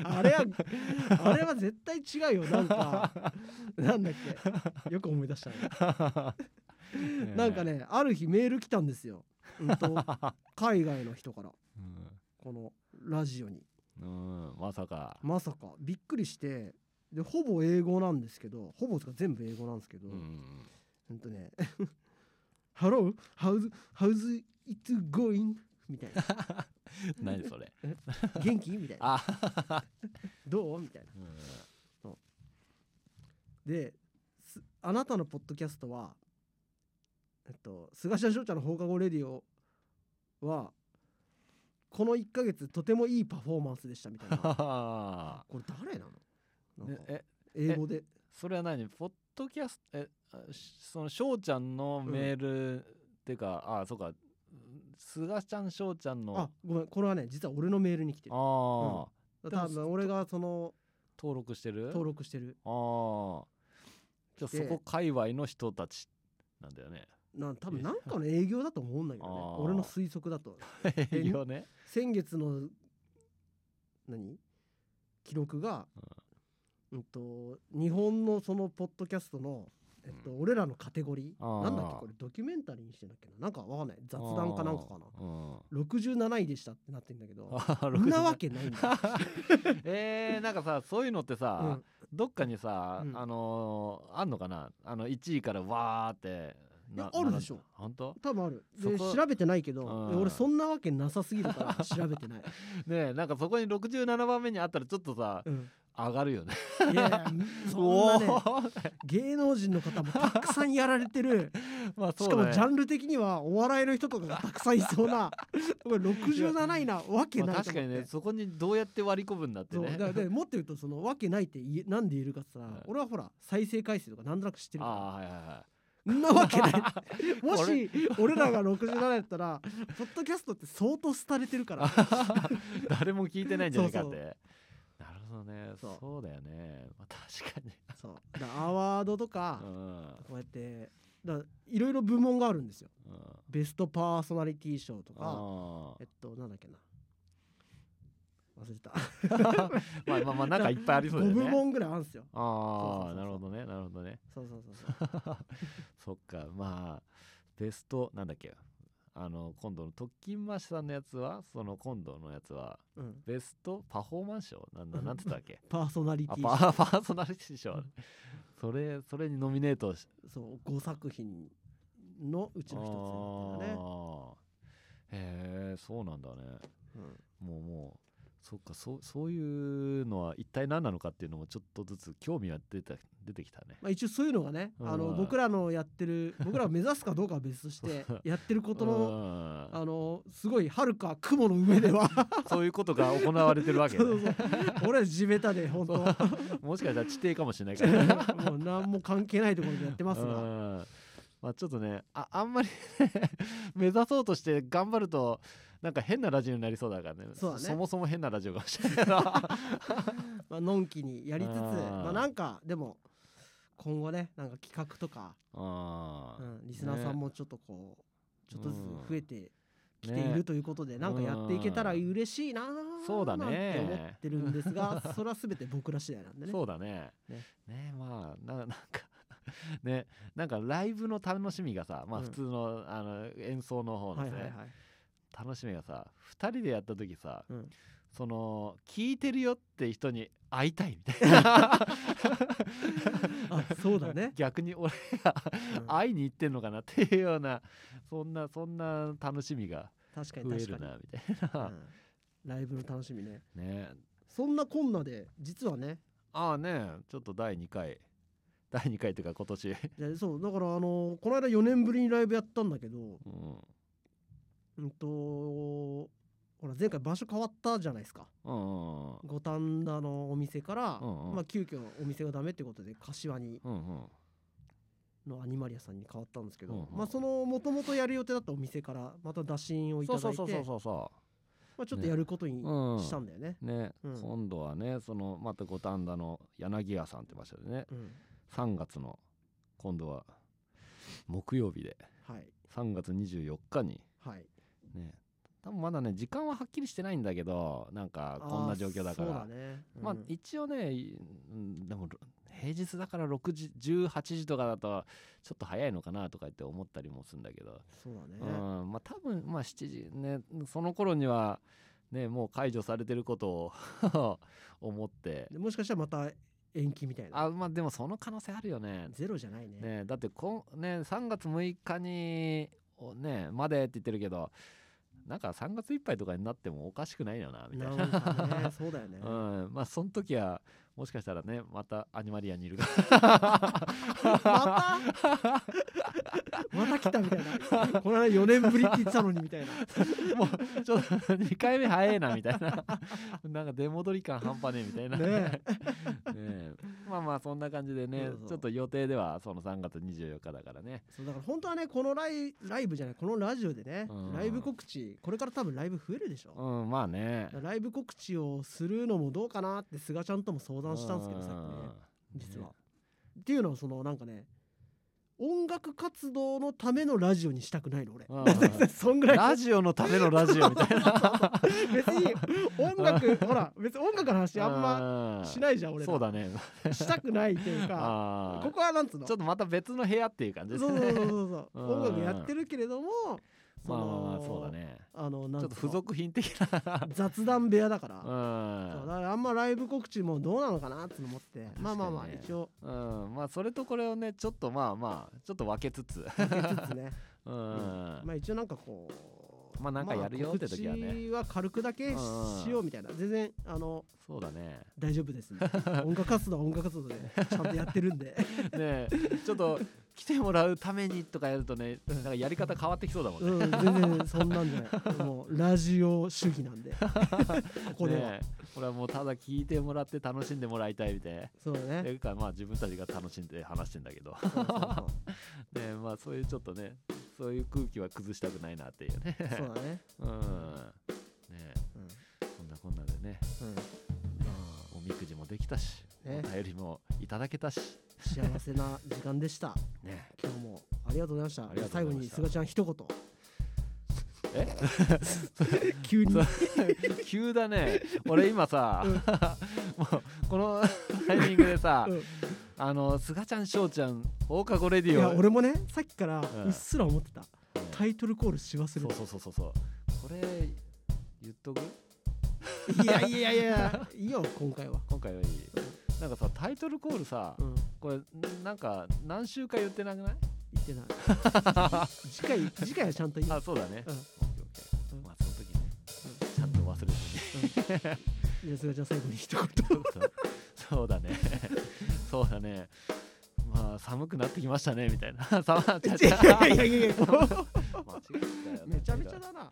[SPEAKER 2] あれはあれは絶対違うよな んかなんだっけよく思い出したね
[SPEAKER 1] ね
[SPEAKER 2] な んかねある日メール来たんですよ、うんと海外の人からこのラジオに
[SPEAKER 1] うん、うん、まさか、
[SPEAKER 2] まさかびっくりしてでほぼ英語なんですけどほぼつか全部英語なんですけど、
[SPEAKER 1] うんうん
[SPEAKER 2] ほんとね 「Hello how's, how's it going?」みたいな
[SPEAKER 1] うん、何そ れ
[SPEAKER 2] 「元気?」みたいな
[SPEAKER 1] あ、
[SPEAKER 2] 「どう?」みたいな
[SPEAKER 1] うん
[SPEAKER 2] ですあなたのポッドキャストはえっと菅下翔ちゃんの放課後レディオはこの1ヶ月とてもいいパフォーマンスでしたみた いな
[SPEAKER 1] は
[SPEAKER 2] これ誰なのなん
[SPEAKER 1] ね
[SPEAKER 2] か
[SPEAKER 1] え
[SPEAKER 2] 英語で
[SPEAKER 1] それは何ポッドキャストえあしその翔ちゃんのメール、っていうかあそうか菅ちゃん翔ちゃんの
[SPEAKER 2] あごめんこれはね実は俺のメールに来てる
[SPEAKER 1] あー
[SPEAKER 2] 多
[SPEAKER 1] で
[SPEAKER 2] 分俺がその
[SPEAKER 1] 登録してる
[SPEAKER 2] 登録してる
[SPEAKER 1] ああじゃあそ
[SPEAKER 2] で
[SPEAKER 1] こ界隈の人たちなんだよね
[SPEAKER 2] なん多分なんかの営業だと思うんだけどね
[SPEAKER 1] あー
[SPEAKER 2] 俺の推測だと
[SPEAKER 1] 営業ね
[SPEAKER 2] 先月の何記録が、うんと日本のそのポッドキャストの、えっと俺らのカテゴリー
[SPEAKER 1] あー
[SPEAKER 2] なんだっけこれドキュメンタリーにしてんだっけななんかわかんない雑談かなんかかな
[SPEAKER 1] あーうん
[SPEAKER 2] 67位でしたってなってんだけど
[SPEAKER 1] あー
[SPEAKER 2] そんなわけないんだよ、
[SPEAKER 1] 60えー、なんかさそういうのってさ、
[SPEAKER 2] うん
[SPEAKER 1] どっかにさ、
[SPEAKER 2] うん
[SPEAKER 1] あのーあんのかなあの1位からわーってない
[SPEAKER 2] やあるでしょ
[SPEAKER 1] 並ん本当
[SPEAKER 2] 多分ある で
[SPEAKER 1] そこ
[SPEAKER 2] 調べてないけど
[SPEAKER 1] うん
[SPEAKER 2] で俺そんなわけなさすぎるから調べてない、
[SPEAKER 1] ねえなんかそこに67番目にあったらちょっとさ
[SPEAKER 2] うん、
[SPEAKER 1] 上がるよね
[SPEAKER 2] いやいやそんなね芸能人の方もたくさんやられてる
[SPEAKER 1] まあ
[SPEAKER 2] し
[SPEAKER 1] そ
[SPEAKER 2] か
[SPEAKER 1] うね
[SPEAKER 2] もジャンル的にはお笑いの人とかがたくさんいそ うなこれ67位なわけない
[SPEAKER 1] まあ、確
[SPEAKER 2] と思
[SPEAKER 1] か
[SPEAKER 2] って、
[SPEAKER 1] にねそこにどうやって割り込むんだって
[SPEAKER 2] そう
[SPEAKER 1] ね
[SPEAKER 2] だからでもっと言うとそのわけないって言えなんで言えるかさ、
[SPEAKER 1] ん
[SPEAKER 2] 俺はほら再生回数とかなんとなく知ってるか
[SPEAKER 1] ああーはいはいはい
[SPEAKER 2] らんなわ けないもし俺らが67だったらポッドキャストって相当廃れてるから
[SPEAKER 1] 誰も聞いてないんじゃないかって
[SPEAKER 2] そう
[SPEAKER 1] なるほどね
[SPEAKER 2] そ
[SPEAKER 1] そううだよね、まあ、確かに、
[SPEAKER 2] そうだからアワードとか
[SPEAKER 1] う、ん
[SPEAKER 2] こうやってだからいろいろ部門があるんですよ
[SPEAKER 1] うん、
[SPEAKER 2] ベストパーソナリティ賞とか
[SPEAKER 1] あ
[SPEAKER 2] えっとなんだっけな忘れた
[SPEAKER 1] ーまあまあまあなんかいっぱいありそうだ
[SPEAKER 2] 5
[SPEAKER 1] よ
[SPEAKER 2] 部
[SPEAKER 1] ね
[SPEAKER 2] 門ぐらいあるんですよそう
[SPEAKER 1] あ
[SPEAKER 2] そ
[SPEAKER 1] あ
[SPEAKER 2] うそうそう
[SPEAKER 1] なるほどねなるほどね
[SPEAKER 2] そうそうそうそう
[SPEAKER 1] そっかまあベストなんだっけあの今度の特勤マッシュさんのやつはその今度のやつは
[SPEAKER 2] うん、
[SPEAKER 1] ベストパフォーマンス賞なんだなんて言ったっけ
[SPEAKER 2] パーソナリテ
[SPEAKER 1] あ
[SPEAKER 2] ィ
[SPEAKER 1] パ
[SPEAKER 2] 賞
[SPEAKER 1] ーパーソナリティ賞それそれにノミネートし
[SPEAKER 2] そう5作品のうちの一つみたいなね、
[SPEAKER 1] あーへえそうなんだね
[SPEAKER 2] うん
[SPEAKER 1] もうもうそっかそうそういうのは一体何なのかっていうのもちょっとずつ興味は出た出てきたね
[SPEAKER 2] まあ、一応そういうのがね
[SPEAKER 1] うん
[SPEAKER 2] あの僕らのやってる僕らを目指すかどうかは別としてやってることの
[SPEAKER 1] の
[SPEAKER 2] あのすごいはるか雲の上 では
[SPEAKER 1] そういうことが行われてるわけ、
[SPEAKER 2] そう
[SPEAKER 1] ね、
[SPEAKER 2] そうそう俺ら地べたで本当
[SPEAKER 1] もしかしたら地底かもしれないからね
[SPEAKER 2] もう何も関係ないところでやってます
[SPEAKER 1] う
[SPEAKER 2] が
[SPEAKER 1] んまあちょっとねああんまり ね目指そうとして頑張るとなんか変なラジオになりそうだからね
[SPEAKER 2] そうだね
[SPEAKER 1] もそも変なラジオかもしれないな
[SPEAKER 2] まあのんきにやりつつ
[SPEAKER 1] うん
[SPEAKER 2] まあなんかでも今後ねなんか企画とか、
[SPEAKER 1] あ
[SPEAKER 2] う
[SPEAKER 1] ー
[SPEAKER 2] ん、リスナーさんもちょっとこう、ちょっとずつ増えて来てい
[SPEAKER 1] ね
[SPEAKER 2] るということで、なんかやっていけたら嬉しいなー
[SPEAKER 1] そうだね
[SPEAKER 2] なんて思ってるんです がそれは全て僕ら次第なんでね
[SPEAKER 1] そうだね。
[SPEAKER 2] ね
[SPEAKER 1] ねまあななんか ねなんかライブの楽しみがさまあ
[SPEAKER 2] うん
[SPEAKER 1] 普通の,、あの演奏の方の
[SPEAKER 2] はい
[SPEAKER 1] ね、
[SPEAKER 2] はいはい、
[SPEAKER 1] 楽しみがさ2人でやった時さ
[SPEAKER 2] うん、
[SPEAKER 1] その聞いてるよって人に会いたいみたいな、
[SPEAKER 2] あそうだ ね
[SPEAKER 1] 逆に俺が
[SPEAKER 2] うん
[SPEAKER 1] 会いに行ってんのかなっていうようなそんなそんな楽しみが
[SPEAKER 2] 確かに
[SPEAKER 1] 増え
[SPEAKER 2] 確
[SPEAKER 1] る
[SPEAKER 2] か
[SPEAKER 1] なみたい
[SPEAKER 2] に、う
[SPEAKER 1] な、
[SPEAKER 2] んライブの楽しみね
[SPEAKER 1] ね
[SPEAKER 2] そんなこんなで実はね
[SPEAKER 1] ああねちょっと第2回第2回というか今年、
[SPEAKER 2] でそうだからあのこの間4年ぶりにライブやったんだけど
[SPEAKER 1] うん
[SPEAKER 2] うんとほら前回場所変わったじゃないですか
[SPEAKER 1] うんうん
[SPEAKER 2] 五反田のお店から、
[SPEAKER 1] うんうん
[SPEAKER 2] まあ、急遽お店がダメってことで柏に
[SPEAKER 1] うんうん
[SPEAKER 2] のアニマリアさんに変わったんですけど、
[SPEAKER 1] うんうん
[SPEAKER 2] まあそのもともとやる予定だったお店からまた打診をいただいて
[SPEAKER 1] そうそうそうそうそう
[SPEAKER 2] まあ、ちょっとやることに
[SPEAKER 1] うん
[SPEAKER 2] したんだよね。
[SPEAKER 1] ね、
[SPEAKER 2] うん
[SPEAKER 1] 今度はねそのまた五反田の柳屋さんって場所でね
[SPEAKER 2] うん
[SPEAKER 1] 3月の今度は木曜日で
[SPEAKER 2] はい
[SPEAKER 1] 3月24日に
[SPEAKER 2] はい。
[SPEAKER 1] ね多分まだね時間ははっきりしてないんだけどなんかこんな状況だから
[SPEAKER 2] あーそうだね。
[SPEAKER 1] まあ
[SPEAKER 2] うん
[SPEAKER 1] 一応ね、うんでもろ平日だから6時18時とかだとちょっと早いのかなとかって思ったりもするんだけど、
[SPEAKER 2] そうだね。
[SPEAKER 1] うんまあ多分まあ7時ねその頃にはねもう解除されてることを 思って
[SPEAKER 2] でもしかしたらまた延期みたいな。
[SPEAKER 1] あまあでもその可能性あるよね。
[SPEAKER 2] ゼロじゃないね。
[SPEAKER 1] ねだってこんね3月6日におねまでって言ってるけどなんか3月いっぱいとかになってもおかしくないよなみたいな。
[SPEAKER 2] なんか ね、そうだよね。
[SPEAKER 1] うん、まあその時はもしかしたらねまたアニマリアにいるか
[SPEAKER 2] また また来たみたいな。この間4年ぶりって言ってたのにみたいな。
[SPEAKER 1] らもうちょっと2回目早いなみたいななんか出戻り感半端ねえみたいな
[SPEAKER 2] ね
[SPEAKER 1] ねえまあまあそんな感じでね
[SPEAKER 2] そうそう
[SPEAKER 1] ちょっと予定ではその3月24日だからね
[SPEAKER 2] そうだから本当はね、このライライブじゃない、このラジオでね、
[SPEAKER 1] うん
[SPEAKER 2] ライブ告知、これから多分ライブ増えるでしょ。
[SPEAKER 1] うんまあね
[SPEAKER 2] ライブ告知をするのもどうかなって菅ちゃんとも相談したんですけどさっきね
[SPEAKER 1] うん
[SPEAKER 2] 実は。っていうのはそのなんかね音楽活動のためのラジオにしたくないの俺。
[SPEAKER 1] うん
[SPEAKER 2] そんぐらい
[SPEAKER 1] ラジオのためのラジオみたいな
[SPEAKER 2] 別に音楽 ほら別に音楽の話あんま
[SPEAKER 1] うん
[SPEAKER 2] しないじゃん俺ら
[SPEAKER 1] そうだね
[SPEAKER 2] したくないっていう
[SPEAKER 1] あ
[SPEAKER 2] かここはなんつうの
[SPEAKER 1] ちょっとまた別の部屋っていう感じです
[SPEAKER 2] そう
[SPEAKER 1] ね
[SPEAKER 2] そうそうそうそう うん音楽やってるけれども
[SPEAKER 1] まあまあまあ
[SPEAKER 2] の
[SPEAKER 1] そうだね
[SPEAKER 2] あのな
[SPEAKER 1] ち
[SPEAKER 2] ん
[SPEAKER 1] ょ
[SPEAKER 2] つ
[SPEAKER 1] っ
[SPEAKER 2] う
[SPEAKER 1] と
[SPEAKER 2] の
[SPEAKER 1] 付属品的な
[SPEAKER 2] 雑談部屋だからそう
[SPEAKER 1] う
[SPEAKER 2] だからあんまライブ告知もどうなのかなっての思ってまあまあまあ
[SPEAKER 1] 確かにね
[SPEAKER 2] 一応
[SPEAKER 1] ん、うん、まあそれとこれをねちょっとまあまあちょっと分けつつ、
[SPEAKER 2] 分けつつね
[SPEAKER 1] うん
[SPEAKER 2] まあ一応なんかこう
[SPEAKER 1] まあなんかやるよって時はね
[SPEAKER 2] まあ告知は軽くだけし
[SPEAKER 1] うん
[SPEAKER 2] しようみたいな全然あの
[SPEAKER 1] そうだね
[SPEAKER 2] 大丈夫です ね音楽活動は音楽活動でちゃんとやってるんで
[SPEAKER 1] ねえちょっと来てもらうためにとかやるとねなんかやり方変わって きそうだもんね。
[SPEAKER 2] うん全然そんなんじゃないもうラジオ主義 なんでここでは、
[SPEAKER 1] ねえこれはもうただ聞いてもらって楽しんでもらいたいみたいな。
[SPEAKER 2] そうだ
[SPEAKER 1] て
[SPEAKER 2] ね
[SPEAKER 1] いうかまあ自分たちが楽しんで話してんだ けど、ね
[SPEAKER 2] そうそうそう
[SPEAKER 1] えまあそういうちょっとねそういう空気は崩したくないなって いうね。
[SPEAKER 2] そうだね。
[SPEAKER 1] うん。ね
[SPEAKER 2] うん。
[SPEAKER 1] えこんなこんなでね
[SPEAKER 2] うん
[SPEAKER 1] おみくじもできたし、
[SPEAKER 2] ね
[SPEAKER 1] お便りもいただけたし。
[SPEAKER 2] 幸せな時間でした。
[SPEAKER 1] ねえ
[SPEAKER 2] 今日もありがとうござい
[SPEAKER 1] あ
[SPEAKER 2] ま
[SPEAKER 1] りがとうご
[SPEAKER 2] した。
[SPEAKER 1] ざい
[SPEAKER 2] 最
[SPEAKER 1] ま
[SPEAKER 2] 後
[SPEAKER 1] した
[SPEAKER 2] に菅ちゃん一言。
[SPEAKER 1] え
[SPEAKER 2] 急 に。
[SPEAKER 1] そ
[SPEAKER 2] うん
[SPEAKER 1] う急だね俺今さ、
[SPEAKER 2] うん
[SPEAKER 1] もうこのタイミングでさ、あの菅ちゃん翔ちゃん放課後レデ
[SPEAKER 2] い
[SPEAKER 1] ィ
[SPEAKER 2] や
[SPEAKER 1] オ
[SPEAKER 2] 俺もねさっきから
[SPEAKER 1] ん
[SPEAKER 2] うっすら思ってた。
[SPEAKER 1] うん
[SPEAKER 2] タイトルコールし忘
[SPEAKER 1] そう
[SPEAKER 2] れ
[SPEAKER 1] そうそうそうそうこれ言っとく
[SPEAKER 2] た。いやいやいやいや。いいよ今回は。
[SPEAKER 1] 今回はいいなんかさタイトルコールさ、
[SPEAKER 2] うん。
[SPEAKER 1] これなんか何週か言ってなくない
[SPEAKER 2] 言ってない。 次回次回はちゃんと言う。
[SPEAKER 1] あそうだね、
[SPEAKER 2] う
[SPEAKER 1] オ
[SPEAKER 2] ん
[SPEAKER 1] ッケーオッケー
[SPEAKER 2] うん
[SPEAKER 1] まあその時ね、ちゃんと忘れて
[SPEAKER 2] いや菅ちゃん最後に一言。
[SPEAKER 1] そうそう だねそうだねまあ寒くなってきましたねみたいな 寒
[SPEAKER 2] いやいやいや
[SPEAKER 1] 間
[SPEAKER 2] いや。
[SPEAKER 1] 違えたよ
[SPEAKER 2] めちゃめちゃだな。